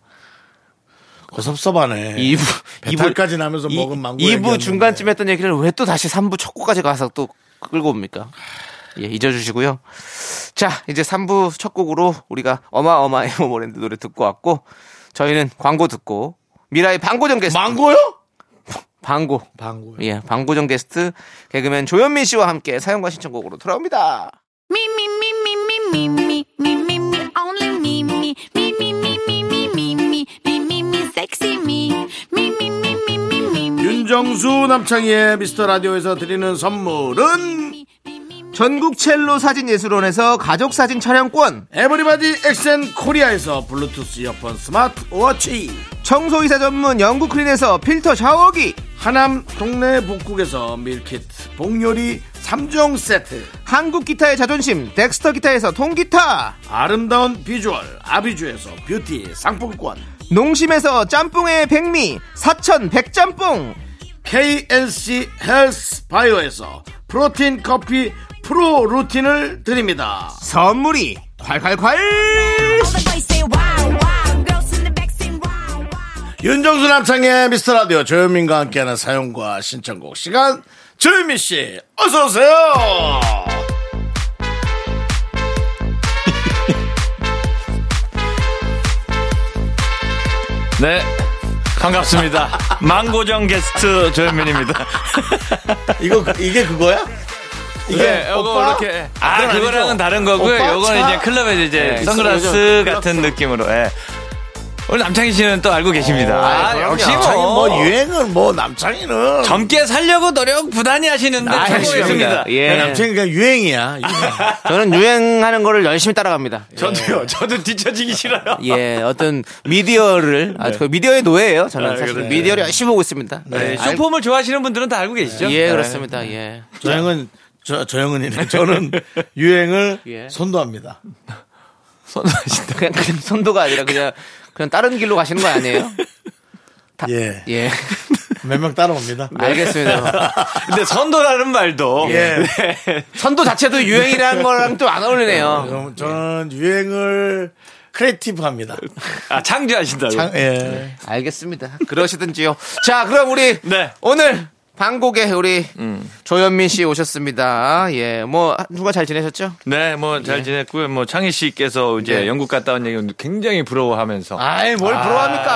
Speaker 1: 그 섭섭하네.
Speaker 2: 2부
Speaker 1: 배탈까지 나면서 먹은 망고
Speaker 2: 2부
Speaker 1: 얘기였는데.
Speaker 2: 중간쯤 했던 얘기를 왜 또 다시 3부 첫 곡까지 가서 또 끌고 옵니까? 예, 잊어주시고요. 자, 이제 3부 첫 곡으로 우리가 어마어마해 모모랜드 노래 듣고 왔고 저희는 광고 듣고 미라의 방고정 게스트
Speaker 1: 망고요?
Speaker 2: 방고
Speaker 1: 망고요.
Speaker 2: 예, 방고정 게스트 개그맨 조현민 씨와 함께 사연과 신청곡으로 돌아옵니다.
Speaker 5: Me, me, me, me, me, me, me, me, me, me, only me, me, me, me, me, me, me, me, me, me, me, me, sexy me. Me, me, me, me, me, me, me,
Speaker 1: 윤정수 남창희의 미스터 라디오에서 드리는 선물은
Speaker 2: 전국 첼로 사진 예술원에서 가족 사진 촬영권,
Speaker 1: 에브리바디 엑센 코리아에서 블루투스 이어폰 스마트 워치
Speaker 2: 청소이사 전문 영국 클린에서 필터 샤워기,
Speaker 1: 하남 동네 북국에서 밀키트 복요리 3종 세트
Speaker 2: 한국 기타의 자존심 덱스터 기타에서 통기타,
Speaker 1: 아름다운 비주얼 아비주에서 뷰티 상품권
Speaker 2: 농심에서 짬뽕의 백미 사천 백짬뽕
Speaker 1: KNC 헬스 바이오에서 프로틴 커피 프로 루틴을 드립니다
Speaker 2: 선물이 콸콸콸
Speaker 5: all the boys say wow, wow. Girls in the back say wow, wow.
Speaker 1: 윤정수 남창의 미스터라디오 조현민과 함께하는 사연과 신청곡 시간 조현민씨 어서오세요
Speaker 7: 네. 반갑습니다. 망고정 게스트 조현민입니다.
Speaker 1: 이거 이게 그거야?
Speaker 7: (laughs)
Speaker 1: 이게
Speaker 7: 네, 요거
Speaker 1: 오빠?
Speaker 7: 이렇게. 아,
Speaker 1: 그건
Speaker 7: 그거랑은
Speaker 1: 아니죠?
Speaker 7: 다른 거고요.
Speaker 1: 오빠,
Speaker 7: 요거는
Speaker 1: 차.
Speaker 7: 이제 클럽에서 이제
Speaker 2: 네,
Speaker 7: 선글라스
Speaker 2: 요즘
Speaker 7: 같은 느낌으로. 예. 오늘 남창희 씨는 또 알고 계십니다. 아,
Speaker 2: 그럼요.
Speaker 7: 역시
Speaker 1: 남창이
Speaker 7: 뭐,
Speaker 1: 뭐 유행은 뭐 남창이는
Speaker 7: 젊게 살려고 노력 부단히 하시는데
Speaker 2: 아,
Speaker 7: 최고였습니다. 네,
Speaker 2: 알겠습니다. 예.
Speaker 1: 남창이 그냥 유행이야 유행.
Speaker 2: (laughs) 저는 유행하는 거를 열심히 따라갑니다
Speaker 7: (laughs)
Speaker 8: (laughs)
Speaker 7: 저도요. 저도 뒤처지기 싫어요.
Speaker 2: 예 어떤 미디어를 아, 저 미디어의 노예예요 저는 사실
Speaker 7: 네. 아, 그래요.
Speaker 2: 미디어를 열심히 보고 있습니다
Speaker 7: 네,
Speaker 2: 네.
Speaker 7: 쇼폼을 좋아하시는 분들은 다 알고 계시죠? 네.
Speaker 2: 예 그렇습니다 예
Speaker 1: 조영은 저 조영은이네. 저는
Speaker 7: (laughs)
Speaker 1: 유행을
Speaker 2: 예.
Speaker 1: 선도합니다.
Speaker 7: 선호하신다.
Speaker 2: 그냥, 그냥 선도가 아니라 그냥 그냥 다른 길로 가시는 거 아니에요
Speaker 7: (laughs)
Speaker 1: 예.
Speaker 2: 예
Speaker 1: 몇 명 따라옵니다.
Speaker 2: 알겠습니다
Speaker 7: 네. (laughs) 근데 선도라는 말도 네.
Speaker 1: 예.
Speaker 2: 선도 자체도 유행이라는 거랑 또 안 어울리네요
Speaker 1: 그럼 저는 유행을 크리에이티브 합니다.
Speaker 7: 예. 아, 창조하신다고.
Speaker 1: 예.
Speaker 2: 알겠습니다 그러시든지요 자 그럼 우리
Speaker 7: 네. 음.
Speaker 2: 오늘 방곡에 우리 조현민 씨 오셨습니다. 예, 뭐 누가 잘 지내셨죠? 예.
Speaker 7: 네, 뭐 잘 지냈고요. 뭐 창희 씨께서 이제
Speaker 2: 네.
Speaker 7: 영국 갔다 온 얘기 굉장히 부러워하면서 아,
Speaker 2: 아이 뭘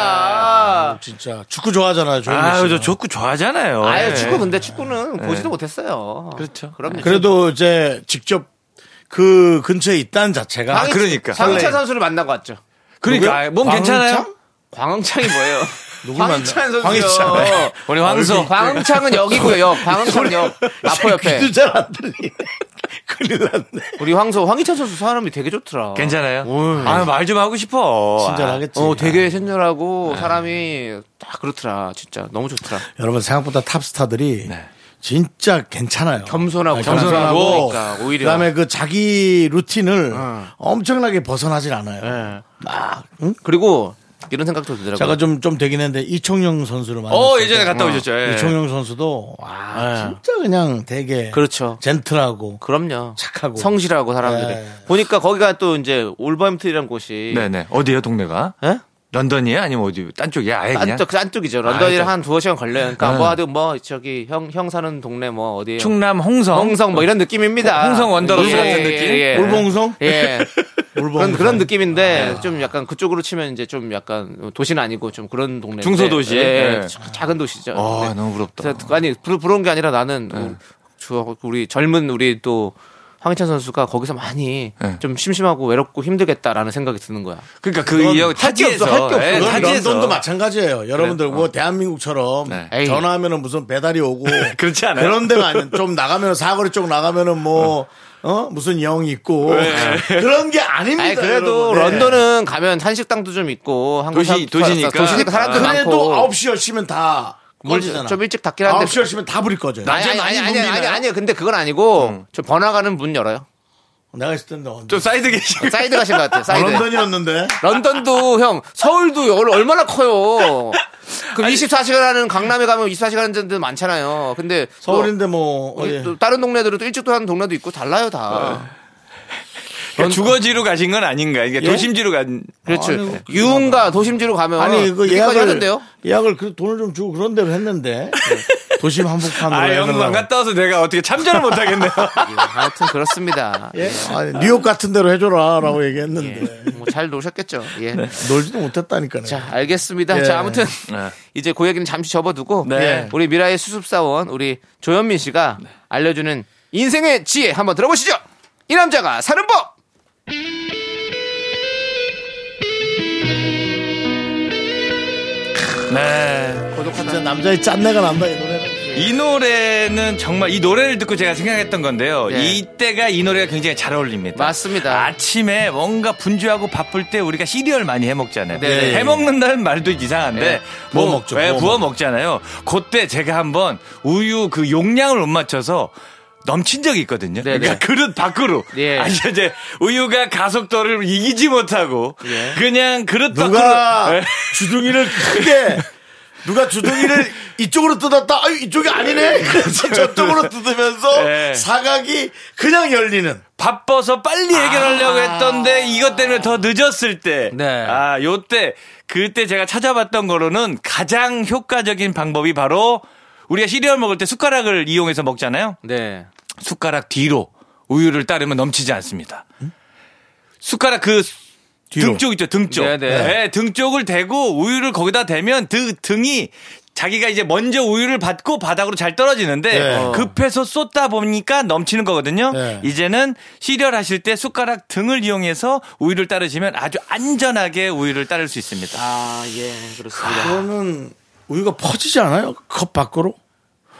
Speaker 2: 부러워합니까?
Speaker 1: 진짜 축구 좋아하잖아요. 조영은
Speaker 7: 유
Speaker 1: 씨는.
Speaker 7: 저 축구 좋아하잖아요.
Speaker 2: 아유
Speaker 7: 예.
Speaker 2: 축구 근데 축구는 보지도 못했어요.
Speaker 7: 네. 그렇죠.
Speaker 2: 그럼요.
Speaker 1: 그래도 이제 직접 그 근처에 있다는 자체가
Speaker 7: 아, 그러니까.
Speaker 2: 황찬
Speaker 7: 설레임.
Speaker 2: 선수를 만나고 왔죠.
Speaker 7: 그러니까 아, 몸 괜찮아요?
Speaker 1: 광창?
Speaker 2: 광흥창이 (laughs) 뭐예요?
Speaker 1: 누굴
Speaker 2: 황찬
Speaker 1: 만나?
Speaker 2: 선수요.
Speaker 1: 황희찬.
Speaker 2: (laughs)
Speaker 1: 네.
Speaker 7: 우리 황소.
Speaker 2: (laughs) 광흥창은 여기고요. 역. 광흥창 역. 마포 옆에.
Speaker 1: 귀도 잘 안 들리. (laughs) 큰일 났네.
Speaker 2: 우리 황소 황희찬 선수 사람이 되게 좋더라.
Speaker 8: 괜찮아요? 아, 말 좀 하고 싶어.
Speaker 1: 친절하겠지. 아,
Speaker 2: 어, 되게 친절하고 사람이 딱 그렇더라. 진짜 너무 좋더라.
Speaker 1: 여러분 생각보다 탑스타들이 진짜 괜찮아요.
Speaker 2: 네. 겸손하고
Speaker 1: 아,
Speaker 2: 겸손하고
Speaker 1: 겸손하고
Speaker 2: 그러니까 오히려. 어.
Speaker 1: 그다음에 그 자기 루틴을 엄청나게 벗어나진 않아요.
Speaker 2: 네.
Speaker 1: 막 응?
Speaker 2: 그리고 이런 생각도 들더라고요.
Speaker 1: 제가 좀 좀 되긴 했는데 이청용 선수를 만났
Speaker 8: 어, 예전에 갔다 오셨죠. 예.
Speaker 1: 이청용 선수도 와,
Speaker 2: 예.
Speaker 1: 진짜 그냥 되게
Speaker 2: 그렇죠.
Speaker 1: 젠틀하고
Speaker 2: 그럼요.
Speaker 1: 착하고.
Speaker 2: 성실하고 사람들이.
Speaker 1: 네.
Speaker 2: 보니까 거기가 또 이제 올버햄튼이라는 곳이
Speaker 8: 네네. 어디예요 동네가?
Speaker 2: 예?
Speaker 8: 런던이에요? 아니면 어디? 딴 쪽이야? 아예 그냥?
Speaker 2: 딴쪽 딴쪽이죠. 런던이라
Speaker 8: 아,
Speaker 2: 한 두어 시간 걸려요. 그러니까 뭐 하든 뭐 저기 형 형 사는 동네 뭐 어디에
Speaker 8: 충남 홍성.
Speaker 2: 홍성 뭐 이런 느낌입니다.
Speaker 8: 홍성 원더러스 같은 느낌?
Speaker 2: 예.
Speaker 1: 울봉성?
Speaker 2: 예.
Speaker 1: (laughs) 울봉성.
Speaker 2: 그런 그런 느낌인데
Speaker 8: 아, 예.
Speaker 2: 좀 약간 그쪽으로 치면 이제 좀 약간 도시는 아니고 좀 그런 동네
Speaker 8: 중소도시?
Speaker 2: 예,
Speaker 8: 예.
Speaker 2: 자- 작은 도시죠.
Speaker 8: 아,
Speaker 2: 근데
Speaker 8: 너무 부럽다. 네.
Speaker 2: 그래서 아니 부러, 부러운 게 아니라 나는 저 우리 젊은 우리 또 황희찬 선수가 거기서 많이
Speaker 8: 예.
Speaker 2: 좀 심심하고 외롭고 힘들겠다라는 생각이 드는 거야.
Speaker 8: 그러니까 그 이야기
Speaker 2: 할게 없어,
Speaker 8: 타지에서.
Speaker 2: 할게 없어.
Speaker 8: 예,
Speaker 1: 그건
Speaker 8: 타지에서. 어.
Speaker 1: 런던도 마찬가지예요. 여러분들 뭐 대한민국처럼
Speaker 8: 네.
Speaker 2: 에이.
Speaker 1: 전화하면은 무슨 배달이 오고
Speaker 8: (laughs) 그렇지 않아요?
Speaker 1: 그런 데가 아니 좀 나가면 사거리 쪽 나가면은 뭐 어? 무슨 영이 있고
Speaker 8: 네.
Speaker 1: 그런 게 아닙니다.
Speaker 2: 아니 그래도
Speaker 1: 여러분. 네.
Speaker 2: 런던은 가면 한식당도 좀 있고 한국
Speaker 8: 도시-
Speaker 2: 사람-
Speaker 8: 도시니까.
Speaker 2: 도시니까 사람도
Speaker 8: 아,
Speaker 2: 많고.
Speaker 1: 그래도 9시 10시면 다
Speaker 2: 뭘
Speaker 1: 꺼지잖아.
Speaker 2: 좀 일찍 닫긴 한데.
Speaker 1: 9시 10시면 다 불이 음. 꺼져요.
Speaker 2: 아니 아니 아니 아니 아니 아니 근데 그건 아니고 저 번화가는 문 열어요.
Speaker 1: 내가 있을 텐데 언제.
Speaker 8: 좀 사이드 계시
Speaker 2: 사이드 가신 것 같아요. 사이드.
Speaker 1: 런던이었는데
Speaker 2: 런던도 형 서울도 얼- 얼마나 커요. 그 24시간 하는 강남에 가면 24시간 하는 데도 많잖아요. 근데 또
Speaker 1: 서울인데 뭐
Speaker 2: 우리
Speaker 1: 어디-
Speaker 2: 또 다른 동네들은 또 일찍 도 하는 동네도 있고 달라요 다.
Speaker 1: 네.
Speaker 8: 그러니까 주거지로 가신 건 아닌가. 이게 도심지로 간.
Speaker 2: 그렇죠.
Speaker 1: 아니, 그거
Speaker 2: 유흥가 도심지로 가면
Speaker 1: 아니 그
Speaker 2: 어, 늦게까지
Speaker 1: 예약을 (laughs)
Speaker 2: 하던데요.
Speaker 1: 예약을 그 돈을 좀 주고 그런 대로
Speaker 2: (laughs)
Speaker 1: 했는데 도심 한복판으로
Speaker 8: 아, 영국 안
Speaker 1: 해달라고.
Speaker 8: 갔다 와서 내가 어떻게 참전을 못 (laughs) 하겠네요.
Speaker 2: 예, 하여튼 그렇습니다.
Speaker 1: 예? 아니, 뉴욕 같은 데로 해줘라라고 얘기했는데
Speaker 2: 뭐 잘 노셨겠죠. 예.
Speaker 1: 놀지도 못했다니까요.
Speaker 2: 자, 알겠습니다.
Speaker 1: 예.
Speaker 2: 자, 아무튼
Speaker 8: 네.
Speaker 2: 이제 그 얘기는 잠시 접어두고 예,
Speaker 8: 네.
Speaker 2: 우리 미라의 수습사원 우리 조현민 씨가 알려주는 인생의 지혜 한번 들어보시죠. 이 남자가 사는 법.
Speaker 8: 네.
Speaker 1: 진짜 남자의 짠내가 난다 이 노래는.
Speaker 8: 이 노래는 정말 이 노래를 듣고 제가 생각했던 건데요.
Speaker 2: 네.
Speaker 8: 이때가 이 노래가 굉장히 잘
Speaker 7: 네.
Speaker 8: 어울립니다.
Speaker 2: 맞습니다.
Speaker 8: 아침에 뭔가 분주하고 바쁠 때 우리가 시리얼 많이 해 먹잖아요.
Speaker 2: 네.
Speaker 8: 해 먹는다는 말도 이상한데
Speaker 2: 네.
Speaker 8: 뭐-
Speaker 1: 부어 먹죠,
Speaker 8: 네,
Speaker 1: 부어
Speaker 8: 부어 먹잖아요. 그때 제가 한번 우유 그 용량을 못 맞춰서 넘친 적이 있거든요.
Speaker 2: 네,
Speaker 8: 그러니까
Speaker 2: 네.
Speaker 8: 그릇 밖으로
Speaker 2: 예.
Speaker 8: 아니 이제 우유가 가속도를 이기지 못하고
Speaker 2: 예.
Speaker 8: 그냥 그릇
Speaker 1: 누가
Speaker 8: 밖으로 네.
Speaker 1: 주둥이를 크게 누가 주둥이를 이쪽으로 뜯었다. 아유 이쪽이 아니네. 그래서 저쪽으로 뜯으면서
Speaker 8: 네.
Speaker 1: 사각이 그냥 열리는. 아.
Speaker 8: 바빠서 빨리 해결하려고 했던데 이것 때문에 더 늦었을 때.
Speaker 2: 네.
Speaker 8: 아, 요때 그때 제가 찾아봤던 거로는 가장 효과적인 방법이 바로 우리가 시리얼 먹을 때 숟가락을 이용해서 먹잖아요.
Speaker 2: 네.
Speaker 8: 숟가락 뒤로 우유를 따르면 넘치지 않습니다. 숟가락 그 등쪽 있죠, 등쪽.
Speaker 2: 네, 네.
Speaker 8: 네, 등쪽을 대고 우유를 거기다 대면 등, 등이 자기가 이제 먼저 우유를 받고 바닥으로 잘 떨어지는데
Speaker 1: 네.
Speaker 8: 급해서 쏟다 보니까 넘치는 거거든요.
Speaker 1: 네.
Speaker 8: 이제는 시리얼 하실 때 숟가락 등을 이용해서 우유를 따르시면 아주 안전하게 우유를 따를 수 있습니다.
Speaker 2: 아, 예. 그렇습니다.
Speaker 1: 그거는 우유가 퍼지지 않아요? 컵 밖으로?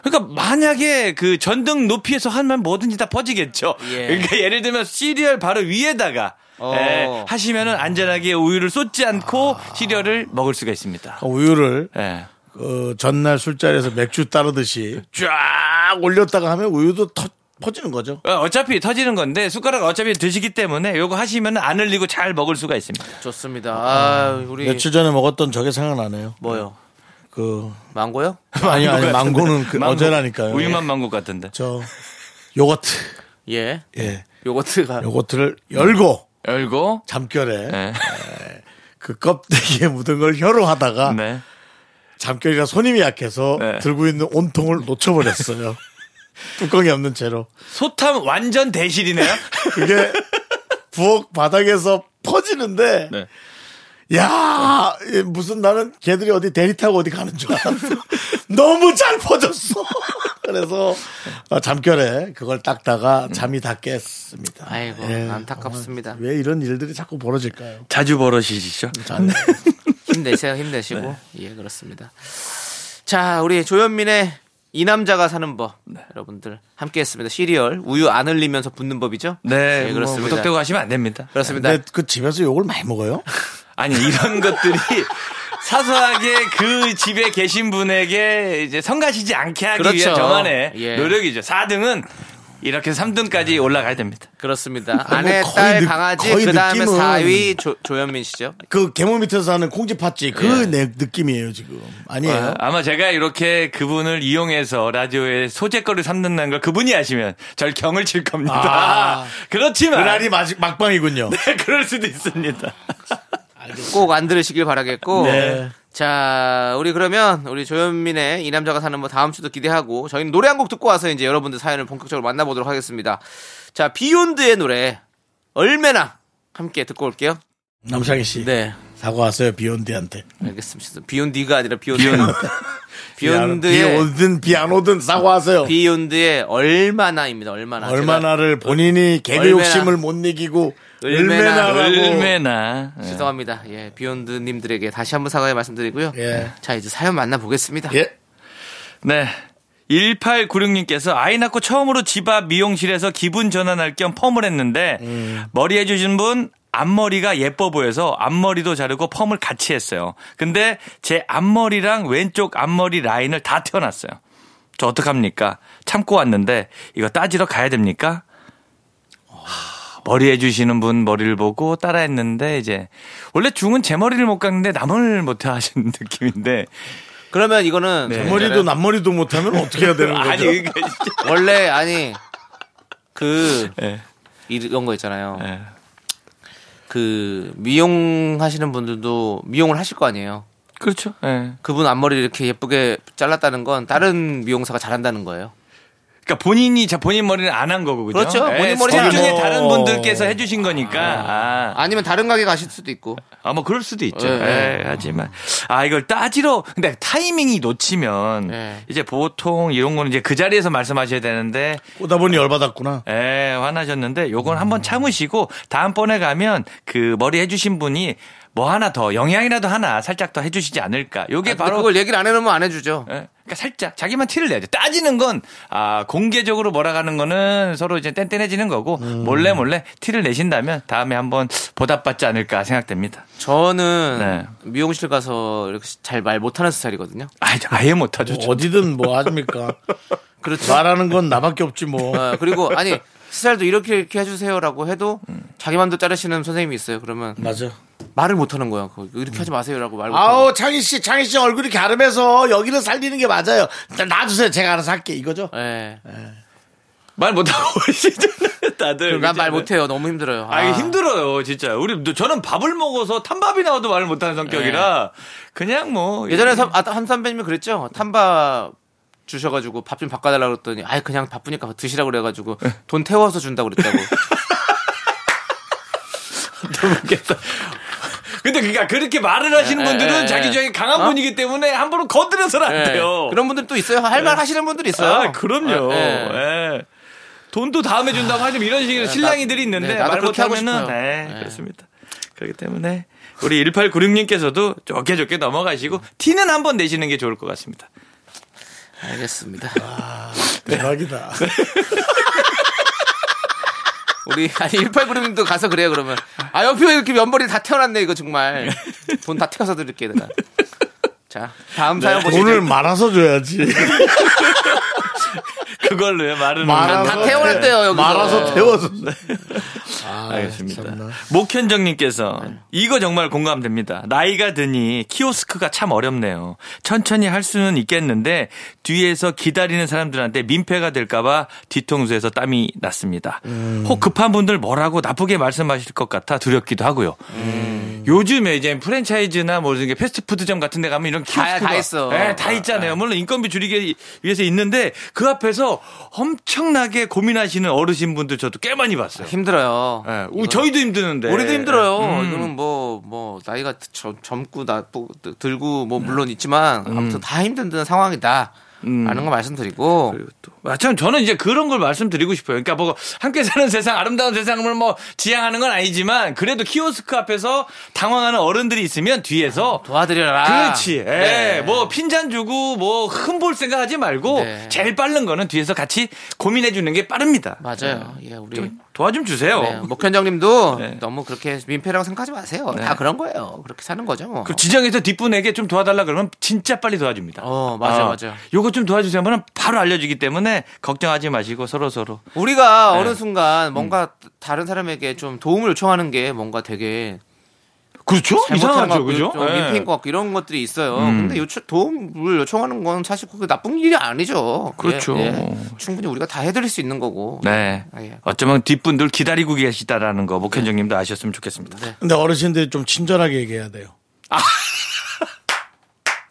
Speaker 8: 그러니까 만약에 그 전등 높이에서 하면 뭐든지 다 퍼지겠죠.
Speaker 2: 예.
Speaker 8: 그러니까 예를 들면 시리얼 바로 위에다가
Speaker 2: 어.
Speaker 8: 예, 하시면은 안전하게 우유를 쏟지 않고
Speaker 1: 아.
Speaker 8: 시리얼을 먹을 수가 있습니다.
Speaker 1: 우유를
Speaker 8: 예.
Speaker 1: 그 전날 술자리에서 맥주 따르듯이 쫙 올렸다가 하면 우유도 터, 퍼지는 거죠.
Speaker 8: 어, 어차피 터지는 건데 숟가락 어차피 드시기 때문에 요거 하시면 안 흘리고 잘 먹을 수가 있습니다.
Speaker 1: 네.
Speaker 2: 좋습니다. 아,
Speaker 8: 네.
Speaker 2: 우리
Speaker 1: 며칠 전에 먹었던 저게 생각나네요.
Speaker 2: 뭐요?
Speaker 8: (laughs)
Speaker 1: 그
Speaker 2: 망고요?
Speaker 1: 아니 아니 망고는 그
Speaker 8: 망고,
Speaker 1: 어제라니까요.
Speaker 8: 우유만 망고 같은데.
Speaker 1: 저 요거트
Speaker 2: 예.
Speaker 1: 예
Speaker 2: 요거트가
Speaker 1: 요거트를 열고
Speaker 8: 열고
Speaker 1: 잠결에
Speaker 8: 예.
Speaker 1: 그 껍데기에 묻은 걸 혀로 하다가
Speaker 8: 네.
Speaker 1: 잠결이가 손님이 약해서
Speaker 8: 네.
Speaker 1: 들고 있는 온통을 놓쳐버렸어요.
Speaker 8: (laughs)
Speaker 1: 뚜껑이 없는 채로
Speaker 8: 소탐 완전 대실이네요.
Speaker 1: 그게 부엌 바닥에서 퍼지는데
Speaker 8: 네.
Speaker 1: 야 이 무슨 나는 걔들이 어디 대리 타고 어디 가는 줄 알았어. (laughs) 너무 잘 퍼졌어. (laughs) 그래서 어, 잠결에 그걸
Speaker 2: 음.
Speaker 1: 닦다가 잠이 다 깼습니다.
Speaker 2: 아이고,
Speaker 1: 예.
Speaker 2: 안타깝습니다.
Speaker 1: 정말 왜 이런 일들이 자꾸 벌어질까요? 네.
Speaker 8: 자주 벌어지시죠?
Speaker 2: 힘내세요. 힘내시고. 예, 그렇습니다. 자, 우리 조현민의 이 남자가 사는 법
Speaker 1: 네.
Speaker 2: 여러분들 함께했습니다. 시리얼 우유 안 흘리면서 붓는 법이죠?
Speaker 8: 네,
Speaker 1: 뭐
Speaker 2: 예,
Speaker 8: 그렇습니다.
Speaker 2: 그렇습니다.
Speaker 8: 무턱대고 하시면 안 됩니다. 네.
Speaker 2: 그렇습니다.
Speaker 1: 근데 그 집에서 욕을 많이 먹어요?
Speaker 8: 아니 이런 (laughs) 것들이 사소하게 그 집에 계신 분에게 이제 성가시지 않게 하기
Speaker 2: 그렇죠.
Speaker 8: 위한 저만의
Speaker 2: 예.
Speaker 8: 노력이죠. 4등은 이렇게 3등까지 올라가야 됩니다.
Speaker 2: 그렇습니다.
Speaker 1: 뭐
Speaker 2: 아내,
Speaker 1: 거의
Speaker 2: 딸,
Speaker 1: 느-
Speaker 2: 강아지,
Speaker 1: 거의
Speaker 2: 그 다음에
Speaker 1: 느낌은-
Speaker 2: 4위 조, 조현민 씨죠.
Speaker 1: 그 계모 밑에서 사는 콩집 팥쥐 그
Speaker 2: 예.
Speaker 1: 내 느낌이에요 지금
Speaker 8: 아,
Speaker 1: 아니에요?
Speaker 8: 아마 제가 이렇게 그분을 이용해서 라디오에 소재거를 삼는다는 걸 그분이 아시면 절 경을 칠 겁니다.
Speaker 1: 아.
Speaker 8: (laughs) 그렇지만
Speaker 1: 그날이 마 막방이군요.
Speaker 2: 네.
Speaker 8: 그럴 수도 있습니다.
Speaker 2: 꼭 안 들으시길 바라겠고.
Speaker 1: 네.
Speaker 2: 자, 우리 그러면 우리 조현민의 이 남자가 사는 뭐 다음 주도 기대하고 저희는 노래 한 곡 듣고 와서 이제 여러분들 사연을 본격적으로 만나보도록 하겠습니다. 자, 비욘드의 노래 얼마나 함께 듣고 올게요.
Speaker 1: 남창희 씨
Speaker 2: 네.
Speaker 1: 사고 왔어요 비욘드한테.
Speaker 2: 알겠습니다. 비욘드가 아니라 비욘드. (laughs) 비욘드의
Speaker 1: 비오든 비 안 오든 사고 왔어요.
Speaker 2: 비욘드의 얼마나입니다. 얼마나.
Speaker 1: 얼마나를 본인이 개그
Speaker 2: 아, 어, 얼마나.
Speaker 1: 욕심을 못 이기고
Speaker 2: 얼마나.
Speaker 1: 얼마나라고
Speaker 8: 얼마나
Speaker 2: 제가 죄송합니다. 예, 비욘드님들에게 다시 한번 사과의 말씀드리고요.
Speaker 1: 예.
Speaker 2: 자, 이제 사연 만나보겠습니다.
Speaker 1: 예.
Speaker 8: 네. 1896님께서 아이 낳고 처음으로 집 앞 미용실에서 기분 전환할 겸 펌을 했는데 머리 해주신 분 앞머리가 예뻐 보여서 앞머리도 자르고 펌을 같이 했어요. 근데 제 앞머리랑 왼쪽 앞머리 라인을 다 튀어놨어요. 저 어떡합니까? 참고 왔는데 이거 따지러 가야 됩니까? 하, 머리 해주시는 분 머리를 보고 따라 했는데 이제 원래 중은 제 머리를 못 깎는데 남을 못해 하시는 (laughs) 느낌인데
Speaker 2: 그러면 이거는
Speaker 8: 네.
Speaker 1: 머리도 남머리도 못하면 어떻게 해야 되는 거죠?
Speaker 8: 아니 그러니까 진짜
Speaker 2: (laughs) 원래 아니 그
Speaker 8: 예.
Speaker 2: 이런 거 있잖아요.
Speaker 8: 예.
Speaker 2: 그 미용 하시는 분들도 미용을 하실 거 아니에요.
Speaker 8: 그렇죠. 예.
Speaker 2: 그분 앞머리 이렇게 예쁘게 잘랐다는 건 다른 미용사가 잘한다는 거예요.
Speaker 8: 그러니까 본인이 자 본인 머리는 안 한 거고 그죠?
Speaker 2: 그렇죠. 본인 머리
Speaker 8: 스텝
Speaker 2: 안
Speaker 8: 중에
Speaker 1: 하고.
Speaker 8: 다른 분들께서 해주신 거니까 아뭐 아,
Speaker 2: 아니면 다른 가게 가실 수도 있고.
Speaker 8: 그럴 수도 있죠.
Speaker 2: 예,
Speaker 8: 예,
Speaker 2: 예.
Speaker 8: 하지만 아 이걸 따지러 근데 타이밍이 놓치면
Speaker 2: 예.
Speaker 8: 이제 보통 이런 거는 이제 그 자리에서 말씀하셔야 되는데
Speaker 1: 오다 보니 열받았구나.
Speaker 8: 예, 화나셨는데 요건 한번 참으시고 다음번에 가면 그 머리 해주신 분이 뭐 하나 더 영양이라도 하나 살짝 더 해주시지 않을까? 요게
Speaker 2: 아, 근데
Speaker 8: 바로
Speaker 2: 그걸 얘기를 안 해놓으면 안 해주죠.
Speaker 8: 예. 그러니까 살짝 자기만 티를 내야죠. 따지는 건 아, 공개적으로 몰아가는 거는 서로 이제 뗀뗀해지는 거고
Speaker 2: 음.
Speaker 8: 몰래 몰래 티를 내신다면 다음에 한번 보답받지 않을까 생각됩니다.
Speaker 2: 저는
Speaker 8: 네.
Speaker 2: 미용실 가서 이렇게 잘 말 못하는 스타일이거든요.
Speaker 8: 아, 아예 못하죠.
Speaker 1: 뭐 어디든 뭐 아닙니까?
Speaker 2: 그렇죠.
Speaker 1: 말하는 건 나밖에 없지 뭐.
Speaker 2: 어, 그리고 아니 스타일도 이렇게 이렇게 해주세요라고 해도 자기만도 자르시는 선생님이 있어요. 그러면
Speaker 1: 맞아.
Speaker 2: 말을 못하는 거야. 그거. 이렇게 하지 마세요라고 말 못하고.
Speaker 1: 아우 창희 씨, 창희 씨 얼굴이 갸름해서 여기를 살리는 게 맞아요. 일단 놔주세요. 제가 알아서 할게 이거죠.
Speaker 2: 예.
Speaker 8: 말 그러니까 못하고
Speaker 2: (laughs)
Speaker 8: 오시잖아요, 다들.
Speaker 2: 난 말
Speaker 8: 그죠?
Speaker 2: 못해요. 너무 힘들어요.
Speaker 8: 아, 이게 힘들어요, 진짜. 우리, 또 저는 밥을 먹어서 탄밥이 나와도 말을 못하는 성격이라 그냥 뭐.
Speaker 2: 예. 예전에 삼- 아, 한 선배님이 그랬죠. 탄밥 주셔가지고 밥 좀 바꿔달라 그랬더니 아예 그냥 바쁘니까 드시라고 그래가지고 돈 태워서 준다고 그랬다고.
Speaker 8: 모르겠다. 근데 그러니까 그니까 그렇게 말을
Speaker 2: 예,
Speaker 8: 하시는 분들은
Speaker 2: 예, 예.
Speaker 8: 자기 중에 강한
Speaker 2: 어?
Speaker 8: 분이기 때문에 함부로 건드려서는 안
Speaker 2: 예.
Speaker 8: 돼요.
Speaker 2: 그런 분들 또 있어요. 할 말 하시는 분들 있어요.
Speaker 8: 아, 그럼요.
Speaker 2: 예, 예.
Speaker 8: 예. 돈도 다음에 준다고 하지 이런 식으로 신랑이들이 있는데
Speaker 2: 네, 예, 나도
Speaker 8: 말
Speaker 2: 그렇게 하고
Speaker 8: 못하면은
Speaker 2: 싶어요.
Speaker 8: 네,
Speaker 2: 네.
Speaker 8: 그렇습니다. 그렇기 때문에 우리 1896님께서도 좋게 좋게 넘어가시고 티는 한번 내시는 게 좋을 것 같습니다.
Speaker 2: 알겠습니다. 네.
Speaker 1: 대박이다.
Speaker 2: 우리 아니 1896님도 가서 그래요 그러면. 아 옆에 이렇게 면벌이 다 태어났네 이거 정말. 돈 다 태워서 드릴게 내가. 자 다음
Speaker 8: 네.
Speaker 2: 사연 보시죠.
Speaker 1: 돈을 말아서 줘야지.
Speaker 8: 그걸로요 말은
Speaker 1: 말아서
Speaker 8: 없는데.
Speaker 2: 다 태워놨대요,
Speaker 1: 태-
Speaker 2: 여기서.
Speaker 1: 말아서 태워서.
Speaker 8: 알겠습니다.
Speaker 1: 아, 참나. 네.
Speaker 8: 목현정님께서 이거 정말 공감됩니다. 나이가 드니 키오스크가 참 어렵네요. 천천히 할 수는 있겠는데 뒤에서 기다리는 사람들한테 민폐가 될까봐 뒤통수에서 땀이 났습니다.
Speaker 1: 음.
Speaker 8: 혹 급한 분들 뭐라고 나쁘게 말씀하실 것 같아 두렵기도 하고요.
Speaker 1: 음.
Speaker 8: 요즘에 이제 프랜차이즈나 뭐 이런 게 패스트푸드점 같은 데 가면 이런 키오스크가
Speaker 2: 다 있어. 네.
Speaker 8: 예, 다 있잖아요. 물론 인건비 줄이기 위해서 있는데 그 앞에서 엄청나게 고민하시는 어르신분들 저도 꽤 많이 봤어요.
Speaker 2: 힘들어요.
Speaker 8: 예, 우-
Speaker 2: 이거-
Speaker 8: 저희도 힘드는데.
Speaker 2: 우리도 힘들어요.
Speaker 8: 음.
Speaker 2: 이거는 뭐, 뭐,
Speaker 8: 음.
Speaker 2: 나이가 드- 저- 젊고, 나쁘고, 드- 들고, 뭐, 물론 있지만, 아무튼 다 힘든 상황이다. 라는 거 말씀드리고
Speaker 8: 그리고 또. 아, 참, 저는 이제 그런 걸 말씀드리고 싶어요. 그러니까 뭐, 함께 사는 세상, 아름다운 세상을 뭐, 지향하는 건 아니지만, 그래도 키오스크 앞에서 당황하는 어른들이 있으면 뒤에서.
Speaker 2: 도와드려라.
Speaker 8: 그렇지. 예.
Speaker 2: 아, 네.
Speaker 8: 뭐, 핀잔 주고, 뭐, 흠볼 생각 하지 말고,
Speaker 2: 네.
Speaker 8: 제일 빠른 거는 뒤에서 같이 고민해 주는 게 빠릅니다.
Speaker 2: 맞아요. 예, 우리
Speaker 8: 도와 네. 좀 주세요.
Speaker 2: 네, 목현정님도
Speaker 8: 네.
Speaker 2: 너무 그렇게 민폐라고 생각하지 마세요. 다 그런 거예요. 그렇게 사는 거죠. 뭐.
Speaker 8: 그 지정해서 뒷분에게 좀 도와달라 그러면 진짜 빨리 도와줍니다.
Speaker 2: 어, 맞아요, 맞아요.
Speaker 8: 요거 좀 도와주세요 하면 바로 알려주기 때문에 걱정하지 마시고 서로서로.
Speaker 2: 우리가
Speaker 8: 네.
Speaker 2: 어느 순간 뭔가 다른 사람에게 좀 도움을 요청하는 게 뭔가 되게
Speaker 8: 그렇죠?
Speaker 2: 잘못한 것
Speaker 8: 이상하죠,
Speaker 2: 같고
Speaker 8: 그죠?
Speaker 2: 좀
Speaker 8: 예.
Speaker 2: 민폐인 것 같고 이런 것들이 있어요.
Speaker 8: 음.
Speaker 2: 근데 요청, 도움을 요청하는 건 사실 그게 나쁜 일이 아니죠. 예,
Speaker 8: 그렇죠.
Speaker 2: 충분히 우리가 다 해드릴 수 있는 거고.
Speaker 8: 네.
Speaker 2: 아, 예. 네.
Speaker 8: 어쩌면 뒷분들 기다리고 계시다라는 거 목현정님도 아셨으면 좋겠습니다.
Speaker 1: 근데 어르신들이 좀 친절하게 얘기해야 돼요. (laughs)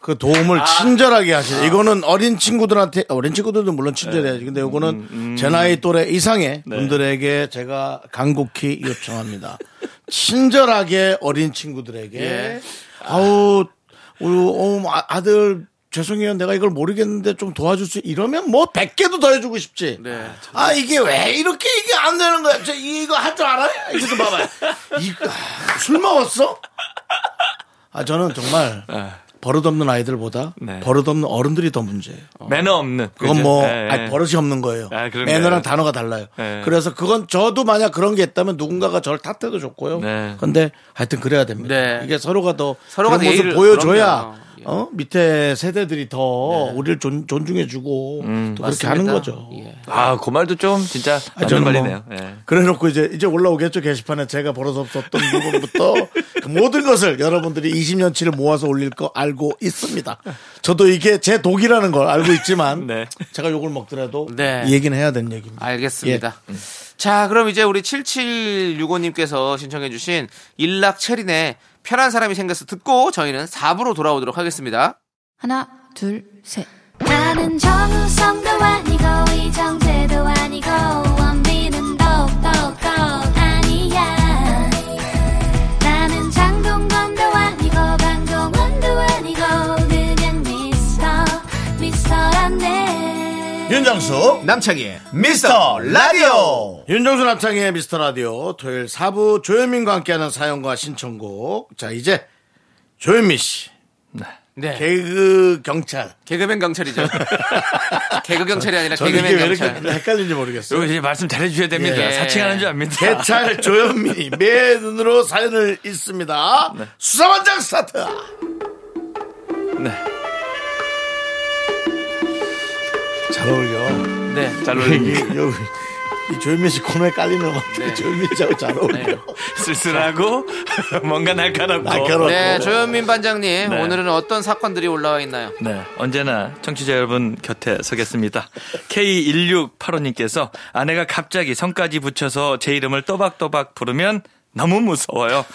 Speaker 1: 그 도움을 친절하게 하시죠. 이거는 어린 친구들한테 어린 친구들도 물론 친절해야지. 근데 이거는 제 나이 또래 이상의 분들에게 제가 간곡히 요청합니다. 친절하게 어린 친구들에게 아우 우리 어, 아- 아들 죄송해요. 내가 이걸 모르겠는데 좀 도와줄 수 이러면 뭐 100개도 더 해주고 싶지. 아 이게 왜 이렇게 이게 안 되는 거야? 저 이거 할 줄 알아요? 이거 좀 봐봐요. 이거 아, 술 먹었어? 아 저는 정말
Speaker 2: 네.
Speaker 1: 버릇없는 아이들보다
Speaker 8: 네.
Speaker 1: 버릇없는 어른들이 더 문제예요.
Speaker 8: 매너 없는.
Speaker 1: 그건
Speaker 8: 그죠?
Speaker 1: 뭐
Speaker 2: 네.
Speaker 8: 예,
Speaker 1: 아니,
Speaker 8: 예.
Speaker 1: 버릇이 없는 거예요.
Speaker 8: 아, 그럼요.
Speaker 1: 매너랑 단어가 달라요.
Speaker 8: 네.
Speaker 1: 그래서 그건 저도 만약 그런 게 있다면 누군가가 저를 탓해도 좋고요.
Speaker 8: 네.
Speaker 1: 근데 하여튼 그래야 됩니다.
Speaker 2: 네.
Speaker 1: 이게 서로가 더 서로가
Speaker 2: 서로가 더
Speaker 1: 모습
Speaker 2: 예의를-
Speaker 1: 보여줘야
Speaker 2: 그럼요. 예. 네.
Speaker 1: 어? 밑에 세대들이 더 우리를 존, 중해주고또 그렇게 하는 거죠.
Speaker 2: 음, 예.
Speaker 8: 아, 그 말도 좀 진짜
Speaker 1: 아,
Speaker 8: 맞는
Speaker 1: 저는
Speaker 8: 말이네요.
Speaker 1: 뭐
Speaker 8: 예.
Speaker 1: 그래놓고 이제 이제 올라오겠죠 게시판에 제가 벌어서없었던 부분부터 그 모든 것을 여러분들이 20년치를 모아서 올릴 거 알고 있습니다. 저도 이게 제 독이라는 걸 알고
Speaker 2: (laughs)
Speaker 1: 있지만
Speaker 8: 네.
Speaker 1: 제가 욕을 먹더라도
Speaker 2: 네. 아,
Speaker 1: 이 얘기는 해야 되는 얘기입니다.
Speaker 2: 알겠습니다.
Speaker 1: 예. 음.
Speaker 2: 자, 그럼 이제 우리 7765님께서 신청해주신 일락 체린의 편한 사람이 생겨서 듣고 저희는 4부로 돌아오도록 하겠습니다.
Speaker 5: 하나, 둘, 셋. 나는 정우성도 아니고, 이정재도 아니고, 원빈은 더욱더 아니야. 나는 장동건도 아니고, 방종원도 아니고, 그냥 미스터, 미스터란데.
Speaker 1: 윤정수
Speaker 2: 남창희의 미스터 라디오!
Speaker 1: 윤정수 남창의 미스터 라디오 토요일 4부 조현민과 함께하는 사연과 신청곡 자 이제 조현민 씨
Speaker 2: 네.
Speaker 1: 개그 경찰
Speaker 2: 개그맨 경찰이죠. (laughs) 개그 경찰이 아니라
Speaker 1: 저는 이게
Speaker 2: 개그맨
Speaker 1: 왜 이렇게
Speaker 2: 경찰.
Speaker 1: 헷갈리는지 모르겠어요.
Speaker 8: 이거 이제 말씀 잘해주셔야 됩니다.
Speaker 2: 예.
Speaker 8: 사칭하는 줄 압니다.
Speaker 1: 개찰 조현민이 매 눈으로 사연을 읽습니다. 수사반장 스타트.
Speaker 8: 네.
Speaker 1: 잘 어울려.
Speaker 2: 네.
Speaker 8: (laughs) 잘
Speaker 1: 여기,
Speaker 8: 어울립니다.
Speaker 1: 여기 이 조현민 씨 코너에 깔리는 것
Speaker 8: 네.
Speaker 1: 같아. 조현민 씨하고 잘 어울려. (laughs) 아,
Speaker 8: 쓸쓸하고 (laughs) 뭔가 날카롭고.
Speaker 1: 날카롭고.
Speaker 2: 네, 조현민 반장님.
Speaker 8: 네.
Speaker 2: 오늘은 어떤 사건들이 올라와 있나요?
Speaker 8: 네, 언제나 청취자 여러분 곁에 서겠습니다. K1685님께서 아내가 갑자기 성까지 붙여서 제 이름을 또박또박 부르면 너무 무서워요.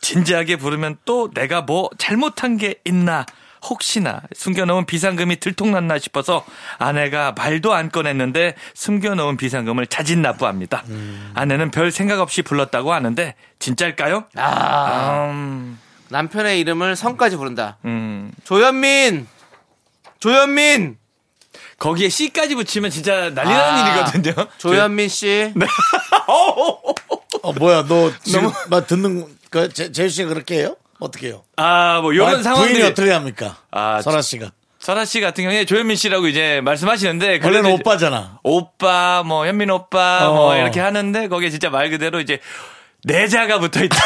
Speaker 8: 진지하게 부르면 또 내가 뭐 잘못한 게 있나 혹시나 숨겨놓은 비상금이 들통났나 싶어서 아내가 말도 안 꺼냈는데 숨겨놓은 비상금을 자진 납부합니다. 아내는 별 생각 없이 불렀다고 하는데 진짜일까요?
Speaker 2: 아,
Speaker 8: 음,
Speaker 2: 남편의 이름을 성까지 부른다.
Speaker 8: 음.
Speaker 2: 조현민! 조현민!
Speaker 8: 거기에 C까지 붙이면 진짜 난리 나는
Speaker 2: 아,
Speaker 8: 일이거든요. 네.
Speaker 2: 조현민
Speaker 8: (laughs)
Speaker 2: 씨.
Speaker 1: 어, 뭐야, 너 지금 막 듣는, 그, 제, 제주 씨가 그렇게 해요? 어떻게 해요?
Speaker 8: 아, 뭐,
Speaker 1: 아,
Speaker 8: 요런 상황들이.
Speaker 1: 부인이 어떻게 합니까?
Speaker 8: 아,
Speaker 1: 설아 씨가.
Speaker 8: 설아 씨 같은 경우에 조현민 씨라고 이제 말씀하시는데. 그래도
Speaker 1: 원래는
Speaker 8: 이제
Speaker 1: 오빠잖아.
Speaker 8: 오빠, 뭐, 현민 오빠, 뭐,
Speaker 1: 어.
Speaker 8: 이렇게 하는데, 거기에 진짜 말 그대로 이제, 내자가 붙어 있다. (laughs)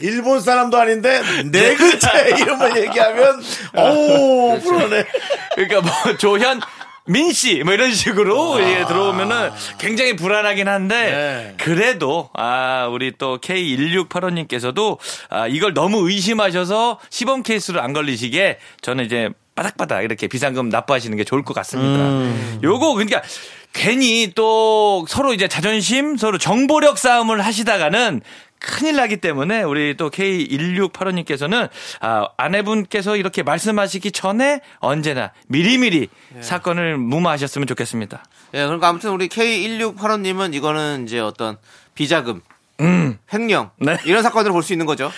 Speaker 1: 일본 사람도 아닌데, 네 아, 글자 (laughs) 이름을 얘기하면, 어우, 불안해.
Speaker 8: 그러니까 뭐, 조현, 민 씨, 뭐 이런 식으로 이게 들어오면은 굉장히 불안하긴 한데,
Speaker 1: 아. 네.
Speaker 8: 그래도, 아, 우리 또 K1685님께서도, 아, 이걸 너무 의심하셔서 시범 케이스로 안 걸리시게, 저는 이제 바닥바닥 이렇게 비상금 납부하시는 게 좋을 것 같습니다. 요거, 그러니까, 괜히 또 서로 이제 자존심, 서로 정보력 싸움을 하시다가는 큰일 나기 때문에 우리 또 K1685님께서는 아, 아내분께서 이렇게 말씀하시기 전에 언제나 미리미리 사건을 무마하셨으면 좋겠습니다.
Speaker 2: 예, 그러니까 아무튼 우리 K1685님은 이거는 이제 어떤 비자금, 횡령,
Speaker 8: 네.
Speaker 2: 이런 사건으로 볼 수 있는 거죠.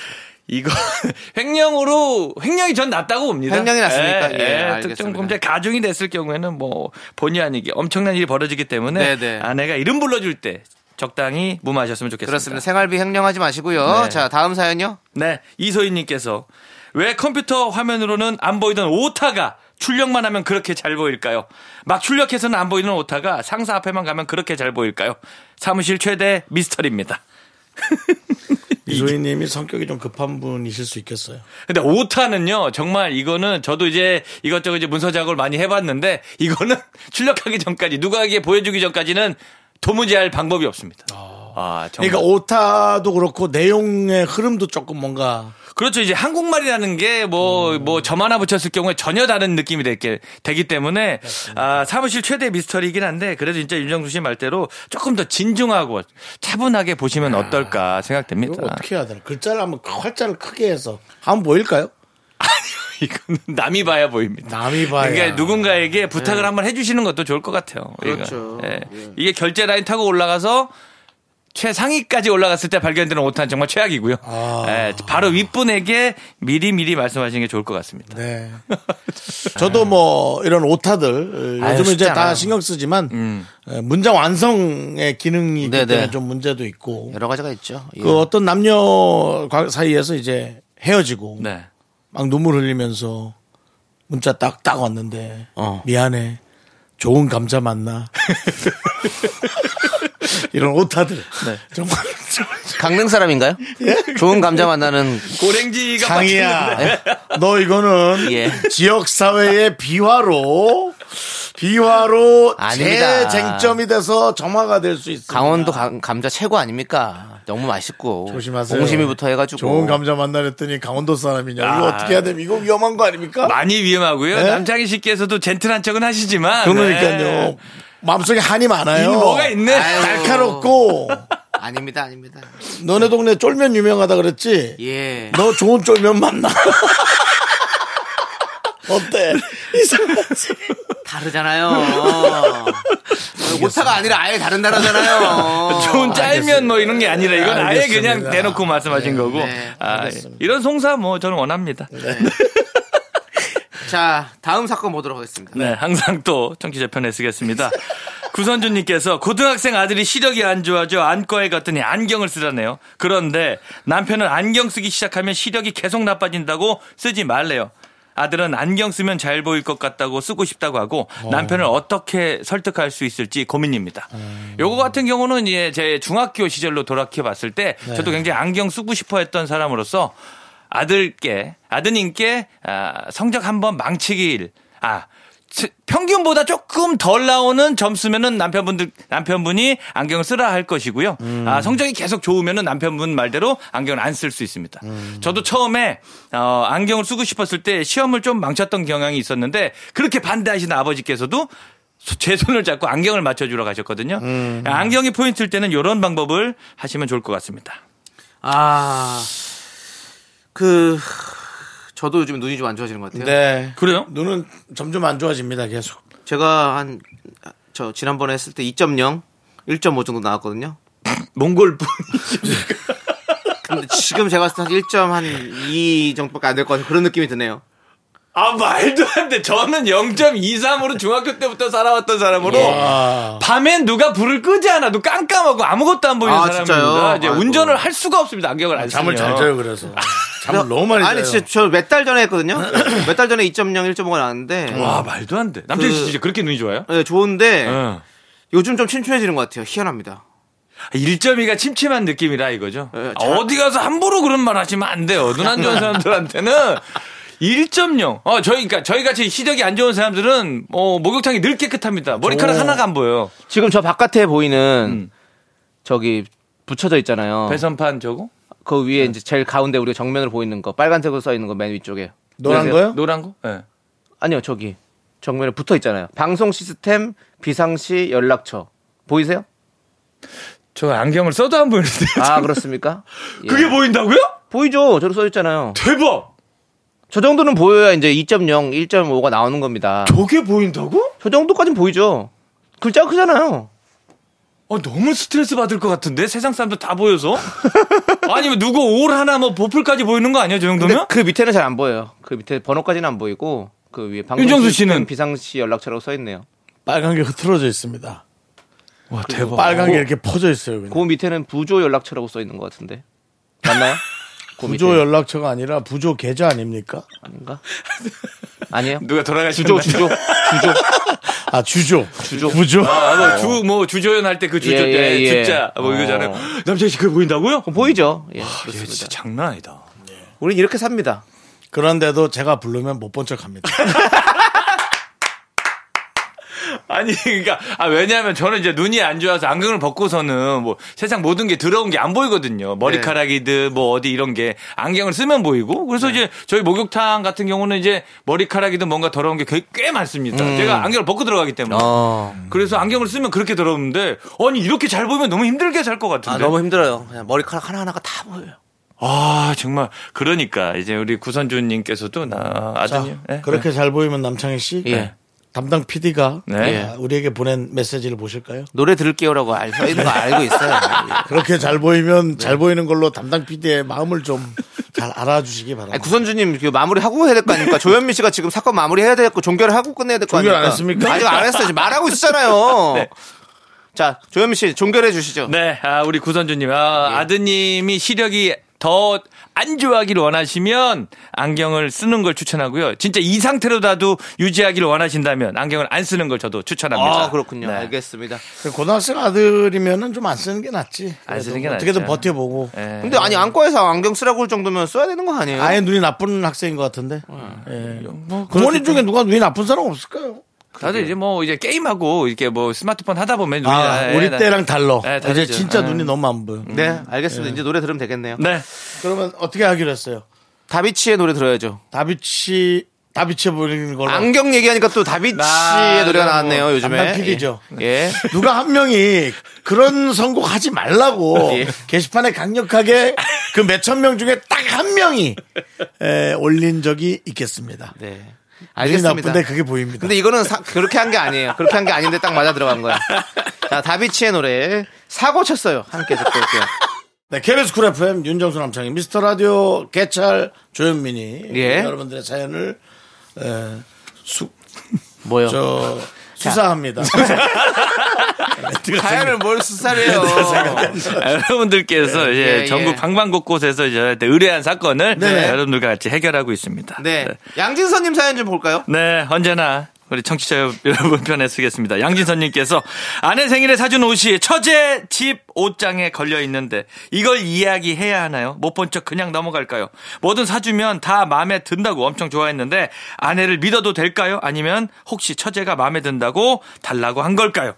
Speaker 8: 이거 (laughs) 횡령으로 횡령이 전 낫다고 봅니다.
Speaker 2: 횡령이 낫습니까? 예,
Speaker 8: 예, 예,
Speaker 2: 알겠습니다.
Speaker 8: 특정 범죄 가중이 됐을 경우에는 뭐 본의 아니게 엄청난 일이 벌어지기 때문에
Speaker 2: 네네.
Speaker 8: 아내가 이름 불러줄 때 적당히 무마하셨으면 좋겠습니다.
Speaker 2: 그렇습니다. 생활비 횡령하지 마시고요.
Speaker 8: 네.
Speaker 2: 자, 다음 사연요.
Speaker 8: 네, 이소희님께서 왜 컴퓨터 화면으로는 안 보이던 오타가 출력만 하면 그렇게 잘 보일까요? 막 출력해서는 안 보이는 오타가 상사 앞에만 가면 그렇게 잘 보일까요? 사무실 최대 미스터리입니다.
Speaker 1: 이소희님이 성격이 좀 급한 분이실 수 있겠어요.
Speaker 8: 근데 오타는요, 정말 이거는 저도 이제 이것저것 이제 문서 작업을 많이 해봤는데 이거는 (laughs) 출력하기 전까지 누가에게 보여주기 전까지는 도무지 할 방법이 없습니다. 아, 정말.
Speaker 1: 그러니까 오타도 그렇고 내용의 흐름도 조금 뭔가
Speaker 8: 그렇죠. 이제 한국말이라는 게 뭐,
Speaker 1: 음.
Speaker 8: 뭐, 점 하나 붙였을 경우에 전혀 다른 느낌이 되게, 되기 때문에, 아, 사무실 최대 미스터리이긴 한데, 그래도 진짜 윤정수 씨 말대로 조금 더 진중하고 차분하게 보시면 어떨까 생각됩니다.
Speaker 1: 아. 이거 어떻게 해야 되나? 글자를 한번 크- 활자를 크게 해서 한번 보일까요?
Speaker 8: (laughs) 이거는 남이 봐야 보입니다.
Speaker 1: 남이 봐야. 네.
Speaker 8: 그러니까 누군가에게 부탁을 한번 해주시는 것도 좋을 것 같아요.
Speaker 2: 그렇죠.
Speaker 8: 이거. 예. 이게 결제 라인 타고 올라가서 최상위까지 올라갔을 때 발견되는 오타는 정말 최악이고요.
Speaker 1: 아.
Speaker 8: 예, 바로 윗분에게 미리 미리 말씀하시는 게 좋을 것 같습니다.
Speaker 1: 네. 저도 뭐 이런 오타들 어,
Speaker 8: 아유,
Speaker 1: 요즘 음. 은
Speaker 8: 쉽지
Speaker 1: 이제 다
Speaker 8: 않아요.
Speaker 1: 신경 쓰지만 에, 문장 완성의 기능이
Speaker 2: 네네.
Speaker 1: 때문에 좀 문제도 있고
Speaker 2: 여러 가지가 있죠. 예.
Speaker 1: 그 어떤 남녀 과- 사이에서 이제 헤어지고
Speaker 8: 네.
Speaker 1: 막 눈물 흘리면서 문자 딱딱 왔는데
Speaker 2: 어.
Speaker 1: 미안해 좋은 감자 만나 (laughs) 이런 오타들
Speaker 2: 네.
Speaker 1: 정말
Speaker 2: 강릉
Speaker 8: (laughs)
Speaker 2: 사람인가요?
Speaker 8: 예?
Speaker 2: 좋은 감자 만나는
Speaker 1: (laughs)
Speaker 8: 고랭지가
Speaker 1: 강이야 네. 너 이거는
Speaker 2: 예.
Speaker 1: 지역 사회의 비화로 비화로
Speaker 2: 아닙니다.
Speaker 1: 재쟁점이 돼서 점화가 될 수 있어
Speaker 2: 강원도 감- 감자 최고 아닙니까? 너무 맛있고.
Speaker 1: 조심하세요.
Speaker 2: 옹심이부터 해가지고.
Speaker 1: 좋은 감자 만나랬더니 강원도 사람이냐 이거
Speaker 8: 아.
Speaker 1: 어떻게 해야 됩니까 이거 위험한 거 아닙니까
Speaker 8: 많이 위험하고요.
Speaker 1: 네?
Speaker 8: 남창희 씨께서도 젠틀한 척은 하시지만.
Speaker 2: 네.
Speaker 1: 그러니까요. 마음속에 한이 많아요.
Speaker 8: 이미 뭐가 있네.
Speaker 2: 아유.
Speaker 1: 날카롭고
Speaker 2: 아닙니다, 아닙니다.
Speaker 1: 너네 동네 쫄면 유명하다 그랬지?
Speaker 2: 예.
Speaker 1: 너 좋은 쫄면 맞나? (laughs) 어때? 이상하지?
Speaker 2: 다르잖아요. (laughs) 오타가 아니라 아예 다른 (laughs) 나라잖아요.
Speaker 8: 좋은 짤면 뭐 이런 게 아니라 이건 아예
Speaker 1: 알겠습니다.
Speaker 8: 그냥 대놓고 말씀하신 거고.
Speaker 2: 네,
Speaker 8: 아, 이런 송사 뭐 저는 원합니다.
Speaker 2: 자, 다음 사건 보도록 하겠습니다.
Speaker 8: 네, 항상 또 청취자 편에
Speaker 2: (laughs)
Speaker 8: 쓰겠습니다. 구선주님께서 고등학생 아들이 시력이 안 좋아져 안과에 갔더니 안경을 쓰라네요. 그런데 남편은 안경 쓰기 시작하면 시력이 계속 나빠진다고 쓰지 말래요. 아들은 안경 쓰면 잘 보일 것 같다고 쓰고 싶다고 하고
Speaker 2: 어.
Speaker 8: 남편을 어떻게 설득할 수 있을지 고민입니다.
Speaker 2: 어.
Speaker 8: 요거 같은 경우는 이제 제 중학교 시절로 돌아켜 봤을 때
Speaker 2: 네.
Speaker 8: 저도 굉장히 안경 쓰고 싶어 했던 사람으로서 아들께 아드님께 아, 성적 한번 망치길 아 치- 평균보다 조금 덜 나오는 점수면은 남편분들 남편분이 안경 을 쓰라 할 것이고요. 아, 성적이 계속 좋으면은 남편분 말대로 안경을 안 쓸 수 있습니다. 저도 처음에 어, 안경을 쓰고 싶었을 때 시험을 좀 망쳤던 경향이 있었는데 그렇게 반대하시는 아버지께서도 소- 제 손을 잡고 안경을 맞춰주러 가셨거든요. 아, 안경이 포인트일 때는 이런 방법을 하시면 좋을 것 같습니다.
Speaker 2: 아, 그, 저도 요즘 눈이 좀 안 좋아지는 것 같아요.
Speaker 1: 네.
Speaker 8: 그래요?
Speaker 1: 눈은 점점 안 좋아집니다. 계속.
Speaker 2: 제가 한, 저, 지난번에 했을 때 2.0, 1.5 정도 나왔거든요.
Speaker 8: 몽골분
Speaker 2: 근데 지금 제가 봤을 때1.2 정도밖에 안 될 것 같은 그런 느낌이 드네요.
Speaker 8: (laughs) 아 말도 안 돼. 저는 0.23으로 중학교 때부터 살아왔던 사람으로 밤엔 누가 불을 끄지 않아도 깜깜하고 아무것도 안 보이는
Speaker 2: 아,
Speaker 8: 사람입니다.
Speaker 2: 진짜요?
Speaker 8: 이제
Speaker 2: 아이고.
Speaker 8: 운전을 할 수가 없습니다. 안경을 안 쓰면.
Speaker 1: 잠을 잘 자요, 그래서. 잠을 너무 많이 자요.
Speaker 2: 아니, 진짜 저 몇 달 전에 했거든요. (clears throat) 몇 달 전에 2.0, 1.5가 나왔는데.
Speaker 8: 와 예. 말도 안 돼. 남자 씨
Speaker 2: 그-
Speaker 8: 진짜 그렇게 눈이 좋아요?
Speaker 2: 네, 좋은데
Speaker 8: 응.
Speaker 2: 요즘 좀 침침해지는 것 같아요. 희한합니다.
Speaker 8: 1.2가 아, 침침한 느낌이라 이거죠. 아,
Speaker 2: 예, 잘-
Speaker 8: 어디 가서 함부로 그런 말 하시면 안 돼요. 눈 안 좋은 사람들한테는 1.0. 어, 저희, 그러니까 저희 같이 시력이 안 좋은 사람들은 어, 목욕탕이 늘 깨끗합니다. 머리카락 하나가 안 보여.
Speaker 2: 지금 저 바깥에 보이는 저기 붙여져 있잖아요.
Speaker 8: 배선판 저거?
Speaker 2: 그 위에 이제 제일 가운데 우리가 정면으로 보이는 거 빨간색으로 써 있는 거 맨 위쪽에.
Speaker 1: 노란
Speaker 2: 그래서-
Speaker 1: 거요?
Speaker 8: 노란 거? 예.
Speaker 2: 아니요, 저기 정면에 붙어 있잖아요. 방송 시스템 비상시 연락처 보이세요?
Speaker 8: 저 안경을 써도 안 보이는데. (laughs)
Speaker 2: 아 그렇습니까? 예.
Speaker 8: 그게 보인다고요?
Speaker 2: 보이죠? 저로 써 있잖아요.
Speaker 8: 대박!
Speaker 2: 저 정도는 보여야 이제 2.0, 1.5가 나오는 겁니다.
Speaker 8: 저게 보인다고?
Speaker 2: 저 정도까진 보이죠. 글자가 크잖아요.
Speaker 8: 아, 어, 너무 스트레스 받을 것 같은데 세상 사람들 다 보여서 (laughs) 아니면 누구 올 하나 뭐 보풀까지 보이는 거 아니야 저
Speaker 2: 근데
Speaker 8: 정도면?
Speaker 2: 그 밑에는 잘 안 보여요. 그 밑에 번호까지는 안 보이고 그 위에 방송
Speaker 8: 윤정수
Speaker 2: 시스템
Speaker 8: 씨는?
Speaker 2: 비상시 연락처라고 써 있네요.
Speaker 1: 빨간 게 흐트러져 있습니다.
Speaker 8: 와 대박.
Speaker 1: 빨간 게 이렇게 퍼져 있어요. 그냥.
Speaker 2: 그 밑에는 부조 연락처라고 써 있는 것 같은데 맞나요? 그 밑에
Speaker 1: 부조 연락처가 아니라 부조 계좌 아닙니까?
Speaker 2: 아닌가?
Speaker 8: (laughs)
Speaker 2: 아니에요. 네.
Speaker 8: 누가 돌아가신
Speaker 2: 주조 주조 주조
Speaker 1: 아 주조.
Speaker 2: 주조.
Speaker 1: 부조.
Speaker 8: 아, 주뭐 주조연 할 때 그 주조
Speaker 2: 어. 예, 예,
Speaker 8: 때
Speaker 2: 예.
Speaker 8: 집자 뭐
Speaker 2: 어.
Speaker 8: 이거잖아요. 남자 씨 그게 보인다고요?
Speaker 2: 그럼 보이죠? 예,
Speaker 8: 아, 얘
Speaker 2: 그렇습니다.
Speaker 8: 진짜 장난 아니다.
Speaker 2: 우린 이렇게 삽니다.
Speaker 1: 그런데도 제가 부르면 못 본 척합니다.
Speaker 8: 아니 (laughs) 그러니까 아 왜냐하면 저는 이제 눈이 안 좋아서 안경을 벗고서는 뭐 세상 모든 게 들어온 게 안 보이거든요 머리카락이든 뭐 어디 이런 게 안경을 쓰면 보이고 그래서 이제 저희 목욕탕 같은 경우는 이제 머리카락이든 뭔가 더러운 게 꽤 많습니다 제가 안경을 벗고 들어가기 때문에 그래서 안경을 쓰면 그렇게 더러운데 아니 이렇게 잘 보면 너무 힘들게 살 것
Speaker 2: 아
Speaker 8: 같은데
Speaker 2: 너무 힘들어요. 그냥 머리카락 하나 하나가 다 보여요.
Speaker 8: 아, 정말 그러니까 이제 우리 구선주님께서도 나
Speaker 1: 자,
Speaker 8: 아드님 예,
Speaker 1: 그렇게 잘 보이면 남창희 씨
Speaker 2: 예.
Speaker 1: 담당 PD가 예,
Speaker 8: 네.
Speaker 1: 우리에게 보낸 메시지를 보실까요?
Speaker 2: 노래 들을게요라고 알, 써 있는 거 알고 있어요.
Speaker 8: (laughs)
Speaker 1: 그렇게 잘 보이면
Speaker 8: 네.
Speaker 1: 잘 보이는 걸로 담당 PD의 마음을 좀 잘 알아주시기
Speaker 2: 아니,
Speaker 1: 바랍니다.
Speaker 2: 구선주님 그 마무리하고 해야 될 거 아닙니까? 조현민 씨가 지금 사건 마무리해야 될 거 종결하고 끝내야 될 거
Speaker 1: 종결
Speaker 2: 아닙니까?
Speaker 1: 안 했습니까?
Speaker 2: 아직 안 했어요. 지금 말하고 있잖아요.
Speaker 8: 네.
Speaker 2: 자, 조현민 씨 종결해 주시죠.
Speaker 8: 네, 아, 우리 구선주님. 아,
Speaker 2: 예.
Speaker 8: 아드님이 시력이 더 안 좋아하길 원하시면 안경을 쓰는 걸 추천하고요. 진짜 이 상태로라도 유지하길 원하신다면 안경을 안 쓰는 걸 저도 추천합니다.
Speaker 2: 아, 그렇군요.
Speaker 8: 네.
Speaker 2: 알겠습니다.
Speaker 1: 고등학생 아들이면은 좀 안 쓰는 게 낫지.
Speaker 8: 안 쓰는
Speaker 1: 그래도
Speaker 8: 게
Speaker 1: 뭐 어떻게든
Speaker 8: 낫죠.
Speaker 1: 버텨보고.
Speaker 8: 네.
Speaker 2: 근데 아니 안과에서 안경 쓰라고 할 정도면 써야 되는 거 아니에요?
Speaker 1: 아예 눈이 나쁜 학생인 것 같은데.
Speaker 8: 아,
Speaker 1: 예.
Speaker 8: 뭐
Speaker 1: 부모님 중에 누가 눈이 나쁜 사람 없을까요?
Speaker 8: 다들 이제 뭐 이제 게임하고 이렇게 뭐 스마트폰 하다 보면 눈이
Speaker 1: 아,
Speaker 8: 나-
Speaker 1: 우리
Speaker 8: 예, 나-
Speaker 1: 때랑 달러.
Speaker 8: 예, 다르죠.
Speaker 1: 이제 진짜
Speaker 8: 예.
Speaker 1: 눈이 너무 안 보여.
Speaker 2: 네, 알겠습니다. 이제 노래 들으면 되겠네요.
Speaker 8: 네.
Speaker 1: 그러면 어떻게 하기로 했어요?
Speaker 2: 다비치의 노래 들어야죠.
Speaker 1: 다비치, 다비치 보이는 걸로.
Speaker 2: 안경 얘기하니까 또 다비치의
Speaker 8: 나-
Speaker 2: 노래가
Speaker 8: 뭐
Speaker 2: 나왔네요. 요즘에.
Speaker 1: 담당 PD죠.
Speaker 2: 예.
Speaker 1: 누가 한 명이 그런 선곡 하지 말라고
Speaker 2: (laughs) 예.
Speaker 1: 게시판에 강력하게 그 몇천 명 중에 딱 한 명이 에, 올린 적이 있겠습니다.
Speaker 2: 예. 네.
Speaker 1: 눈이
Speaker 2: 알겠습니다.
Speaker 1: 나쁜데 그게 보입니다.
Speaker 2: 근데 이거는 사- 그렇게 한 게 아니에요. 그렇게 한 게 아닌데 딱 맞아 들어간 거야. 자, 다비치의 노래 사고 쳤어요. 함께 듣고 올게요.
Speaker 1: 네, KBS 쿨 FM 윤정수 남창희 미스터 라디오 개찰 조현민이
Speaker 2: 예.
Speaker 1: 여러분들의 사연을 에, 수,
Speaker 2: 뭐요?
Speaker 1: 저, 수사합니다. (laughs)
Speaker 2: 사연을 뭘 수사해요?
Speaker 1: 네,
Speaker 8: 아, 여러분들께서 이제
Speaker 2: 예, 예.
Speaker 8: 전국 방방곳곳에서 저한테 의뢰한 사건을
Speaker 1: 네.
Speaker 8: 여러분들과 같이 해결하고 있습니다.
Speaker 2: 네. 양진선님 사연 좀 볼까요?
Speaker 8: 네, 언제나 우리 청취자 여러분 편에 쓰겠습니다. 양진선님께서 아내 생일에 사준 옷이 처제 집 옷장에 걸려 있는데 이걸 이야기해야 하나요? 못 본 척 그냥 넘어갈까요? 뭐든 사주면 다 마음에 든다고 엄청 좋아했는데 아내를 믿어도 될까요? 아니면 혹시 처제가 마음에 든다고 달라고 한 걸까요?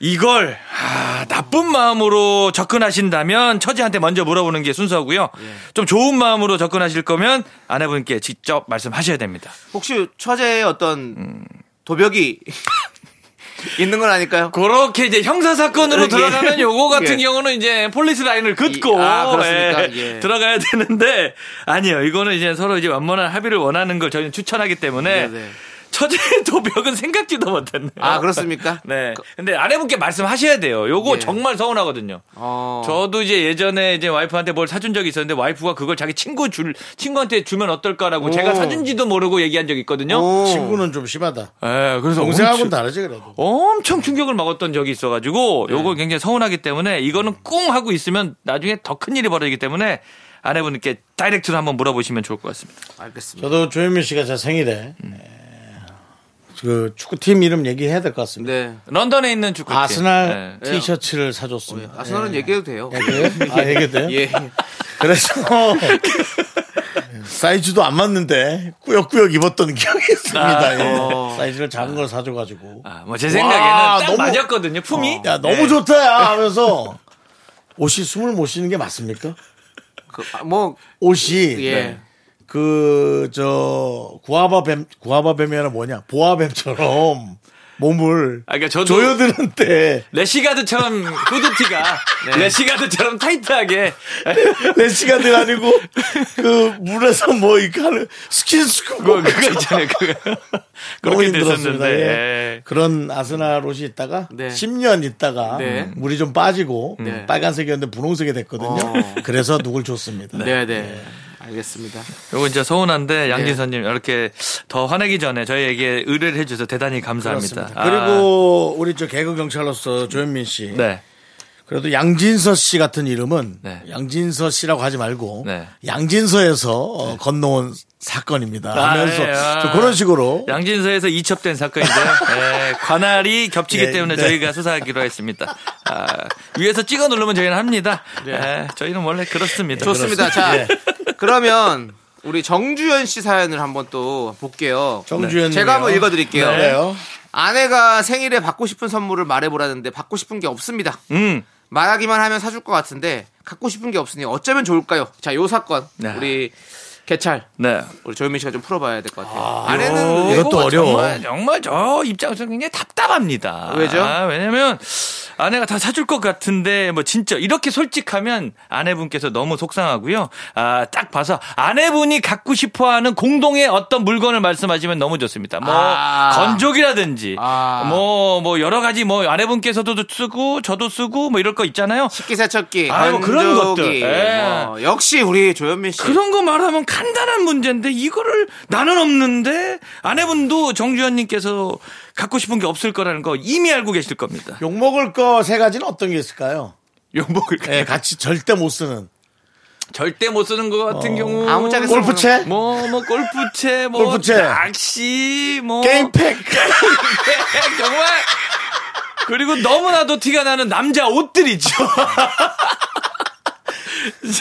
Speaker 8: 이걸 아, 나쁜 마음으로 접근하신다면 처제한테 먼저 물어보는 게 순서고요. 좀 좋은 마음으로 접근하실 거면 아내분께 직접 말씀하셔야 됩니다.
Speaker 2: 혹시 처제의 어떤 도벽이 (laughs) 있는 건 아닐까요?
Speaker 8: 그렇게 이제 형사 사건으로
Speaker 2: 예.
Speaker 8: 들어가면 요거 같은
Speaker 2: (laughs) 예.
Speaker 8: 경우는 이제 폴리스 라인을 긋고
Speaker 2: 이- 아, 그렇습니까? 예.
Speaker 8: 들어가야 되는데 아니요 이거는 이제 서로 이제 완만한 합의를 원하는 걸 저희는 추천하기 때문에
Speaker 2: 네네.
Speaker 8: 처제의 도벽은 생각지도 못했네요.
Speaker 2: 아, 그렇습니까?
Speaker 8: 네. 근데 아내분께 말씀하셔야 돼요. 요거
Speaker 2: 예.
Speaker 8: 정말 서운하거든요.
Speaker 2: 어.
Speaker 8: 저도 이제 예전에 이제 와이프한테 뭘 사준 적이 있었는데 와이프가 그걸 자기 친구 줄 친구한테 주면 어떨까라고 제가 사준지도 모르고 얘기한 적이 있거든요.
Speaker 2: 오.
Speaker 1: 친구는 좀 심하다.
Speaker 8: 예, 그래서
Speaker 1: 동생하고는
Speaker 8: 엄청-
Speaker 1: 다르지 그래도.
Speaker 8: 엄청 충격을 먹었던 적이 있어가지고
Speaker 1: 네.
Speaker 8: 요거 굉장히 서운하기 때문에 이거는 꿍 하고 있으면 나중에 더 큰 일이 벌어지기 때문에 아내분께 다이렉트로 한번 물어보시면 좋을 것 같습니다.
Speaker 2: 알겠습니다.
Speaker 1: 저도 조현민 씨가 제 생일에
Speaker 2: 음.
Speaker 1: 에, 그 축구팀 이름 얘기해야 될 것 같습니다.
Speaker 2: 네.
Speaker 8: 런던에 있는 축구팀
Speaker 1: 아스날
Speaker 8: 네.
Speaker 1: 티셔츠를 사줬습니다.
Speaker 2: 어, 아스날은
Speaker 1: 예.
Speaker 2: 얘기해도 돼요.
Speaker 1: 얘기해요? 아, 얘기해도 돼요?
Speaker 2: 예.
Speaker 1: 그래서 (laughs) 사이즈도 안 맞는데 꾸역꾸역 입었던 기억이 있습니다. 예. 사이즈를 작은 걸 사줘가지고
Speaker 8: 아, 뭐제 생각에는
Speaker 1: 와,
Speaker 8: 딱
Speaker 1: 너무- 어.
Speaker 8: 맞았거든요. 품이. 네.
Speaker 1: 야 너무 좋다 야 하면서 옷이 숨을 못 쉬는 게 맞습니까?
Speaker 2: 그, 아, 뭐
Speaker 1: 옷이 네.
Speaker 2: 예.
Speaker 1: 그 저 구아바 뱀 구아바 뱀이 아니라 뭐냐 보아 뱀처럼 몸을
Speaker 2: 아, 그러니까 저도-
Speaker 1: 조여드는 때
Speaker 2: 레시가드처럼 후드티가
Speaker 1: 네. (laughs)
Speaker 2: 레시가드처럼 타이트하게
Speaker 1: 레시가드가 아니고 그 물에서 뭐 이렇게 하는 스킨스쿠버
Speaker 2: 그거, 그거 있잖아요. 그거.
Speaker 1: 너무
Speaker 2: 그렇게
Speaker 1: 힘들었습니다.
Speaker 2: 됐었는데.
Speaker 1: 예.
Speaker 2: 예.
Speaker 1: 그런 아스날 옷이 있다가
Speaker 2: 네.
Speaker 1: 10년 있다가
Speaker 2: 네.
Speaker 1: 물이 좀 빠지고
Speaker 2: 네.
Speaker 1: 빨간색이었는데 분홍색이 됐거든요.
Speaker 2: 어.
Speaker 1: 그래서 누굴 줬습니다.
Speaker 2: 네, 네. 알겠습니다.
Speaker 8: 요거 이제
Speaker 1: 예.
Speaker 8: 서운한데 양진선님 이렇게 더 화내기 전에 저희에게 의뢰를 해주셔서 대단히 감사합니다.
Speaker 1: 그렇습니다.
Speaker 2: 아.
Speaker 1: 그리고 우리 저 개그 경찰로서 조현민 씨.
Speaker 8: 아, 네.
Speaker 1: 그래도 양진서 씨 같은 이름은
Speaker 8: 네.
Speaker 1: 양진서 씨라고 하지 말고
Speaker 8: 네.
Speaker 1: 양진서에서
Speaker 2: 네.
Speaker 1: 어, 건너온 사건입니다.
Speaker 8: 아,
Speaker 1: 하면서
Speaker 8: 예, 아.
Speaker 1: 좀 그런 식으로
Speaker 2: 네.
Speaker 8: 양진서에서 이첩된 사건인데요. 예, 관할이 겹치기
Speaker 1: 예,
Speaker 8: 때문에
Speaker 1: 네.
Speaker 8: 저희가 수사하기로 했습니다. 아, 위에서 찍어 누르면 저희는 합니다.
Speaker 1: 네.
Speaker 8: 예, 저희는 원래
Speaker 2: 네,
Speaker 8: 그렇습니다. 네.
Speaker 2: 좋습니다. 자, 그러면 우리 정주현 씨 사연을 한번 또 볼게요.
Speaker 1: 정주현 네.
Speaker 2: 제가 한번 읽어드릴게요.
Speaker 8: 네.
Speaker 1: 그래요.
Speaker 2: 아내가 생일에 받고 싶은 선물을 말해보라는데 받고 싶은 게 없습니다.
Speaker 8: 음,
Speaker 2: 말하기만 하면 사줄 것 같은데 갖고 싶은 게 없으니 어쩌면 좋을까요? 자, 요 사건
Speaker 8: 네.
Speaker 2: 우리 개찰
Speaker 8: 네.
Speaker 2: 우리 조현민 씨가 좀 풀어봐야 될 것 같아요. 아, 내는
Speaker 1: 이것도 어려워.
Speaker 8: 그 정말, 정말 저 입장에서 굉장히 답답합니다.
Speaker 2: 왜죠?
Speaker 8: 아, 왜냐면 아내가 다 사줄 것 같은데 뭐 진짜 이렇게 솔직하면 아내분께서 너무 속상하고요. 아, 딱 봐서 아내분이 갖고 싶어 하는 공동의 어떤 물건을 말씀하시면 너무 좋습니다. 뭐
Speaker 2: 아.
Speaker 8: 건조기라든지
Speaker 2: 아.
Speaker 8: 뭐 뭐 여러 가지 뭐 아내분께서도 쓰고 저도 쓰고 뭐 이럴 거 있잖아요.
Speaker 2: 식기세척기,
Speaker 8: 아, 뭐 그런
Speaker 2: 건조기,
Speaker 8: 것들. 예.
Speaker 2: 뭐 역시 우리 조현민 씨.
Speaker 8: 그런 거 말하면 간단한 문제인데 이거를 나는 없는데 아내분도 정주현님께서 갖고 싶은 게 없을 거라는 거 이미 알고 계실 겁니다.
Speaker 1: 욕 먹을 거 세 가지는 어떤 게 있을까요?
Speaker 8: 욕먹을 거
Speaker 1: 예, 같이 절대 못 쓰는
Speaker 8: 뭐 절대 못 쓰는 거 같은 경우
Speaker 2: 아무짝에 예. 쓰-
Speaker 1: 골프채,
Speaker 8: 뭐 뭐 어. 골프채 뭐
Speaker 1: 골프채.
Speaker 8: 낚시 뭐
Speaker 1: 게임팩,
Speaker 8: (laughs) 정말 그리고 너무나도 티가 나는 남자 옷들이죠.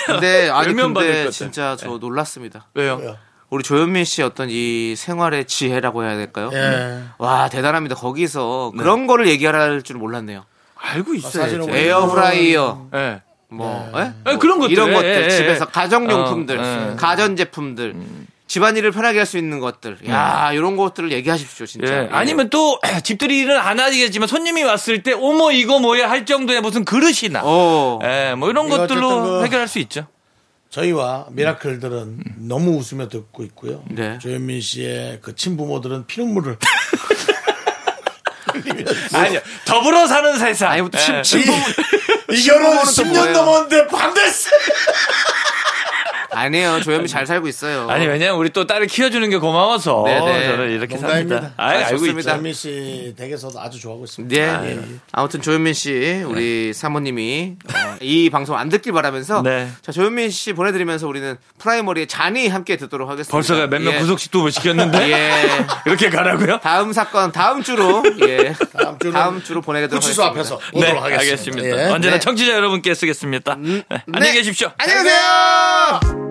Speaker 2: 근데 아니
Speaker 8: 열면
Speaker 2: 근데
Speaker 8: 받을 것 같아요. 네.
Speaker 2: 진짜 저 놀랐습니다.
Speaker 8: 왜요?
Speaker 2: 우리 조현민 씨의 어떤 이 생활의 지혜라고 해야 될까요?
Speaker 1: 예. 네.
Speaker 2: 와 대단합니다. 거기서 그런 거를 얘기할 줄 몰랐네요. 네.
Speaker 8: 알고
Speaker 1: 사실은
Speaker 8: 있어야죠.
Speaker 1: 우리-
Speaker 2: 에어프라이어,
Speaker 8: 예.
Speaker 2: 뭐,
Speaker 1: 네.
Speaker 2: 예?
Speaker 8: 아, 그런 것들.
Speaker 2: 이런
Speaker 8: 예,
Speaker 2: 것들
Speaker 8: 예, 예.
Speaker 2: 집에서 가정용품들,
Speaker 8: 어, 음. 예.
Speaker 2: 가전제품들, 집안일을 편하게 할 수 있는 것들, 야 이런 것들을 얘기하십시오 진짜.
Speaker 8: 네. 예. 아니면 또 집들이는 안 하겠지만 손님이 왔을 때 어머 이거 뭐야 할 정도의 무슨 그릇이나
Speaker 2: 어.
Speaker 8: 예, 뭐 이런
Speaker 1: 이거
Speaker 8: 것들로
Speaker 1: 어쨌든 그-
Speaker 8: 해결할 수 있죠.
Speaker 1: 저희와 미라클들은 너무 웃으며 듣고 있고요.
Speaker 2: 음. 네.
Speaker 1: 조현민 씨의 그 친부모들은
Speaker 2: (laughs)
Speaker 1: 피눈물을
Speaker 8: 아니요. 더불어 사는 세상.
Speaker 2: 아니, 또 침-
Speaker 8: 예.
Speaker 2: 침-
Speaker 1: 이 결혼
Speaker 2: 친부모는 또
Speaker 1: 10년
Speaker 2: 뭐예요?
Speaker 1: 넘었는데 반대세.
Speaker 2: 아니에요. 조현민 잘 살고 있어요.
Speaker 8: 아니 왜냐면 우리 또 딸을 키워주는 게 고마워서
Speaker 2: 네네.
Speaker 8: 저는 이렇게 삽니다.
Speaker 1: 농담입니다.
Speaker 8: 아이,
Speaker 2: 아,
Speaker 8: 알고
Speaker 2: 좋습니다.
Speaker 8: 있죠.
Speaker 1: 조현민 씨 댁에서도 아주 좋아하고 있습니다.
Speaker 2: 네. 아무튼 조현민 씨, 우리 사모님이 어, 이 방송 안 듣길 바라면서
Speaker 8: 네.
Speaker 2: 자 조현민 씨 보내드리면서 우리는 프라이머리의 잔이 함께 듣도록 하겠습니다.
Speaker 8: 벌써 몇 명
Speaker 2: 예.
Speaker 8: 구속식도 못 시켰는데
Speaker 2: 예.
Speaker 8: 이렇게 가라고요?
Speaker 2: 다음 사건 다음 주로 예.
Speaker 1: (laughs) 다음 주는
Speaker 2: 다음 주로 보내도록
Speaker 1: 구치소
Speaker 2: 하겠습니다.
Speaker 1: 앞에서 보도록 하겠습니다.
Speaker 8: 네, 알겠습니다.
Speaker 1: 예.
Speaker 8: 언제나
Speaker 2: 네.
Speaker 8: 청취자 여러분께 쓰겠습니다. 네, 안녕히 계십시오.
Speaker 2: 안녕히 계세요.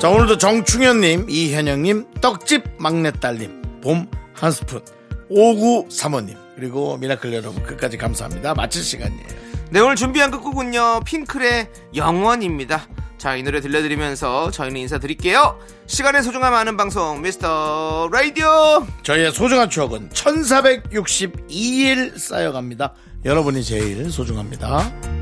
Speaker 1: 자 오늘도 정충현님, 이현영님, 떡집 막내딸님, 봄 한 스푼, 오구 사모님 그리고 미라클 여러분 끝까지 감사합니다. 마칠 시간이에요.
Speaker 2: 네 오늘 준비한 끝곡은요 핑클의 영원입니다. 자 이 노래 들려드리면서 저희는 인사드릴게요. 시간의 소중함 아는 방송 미스터 라디오.
Speaker 1: 저희의 소중한 추억은 1462일 쌓여갑니다. 여러분이 제일 소중합니다.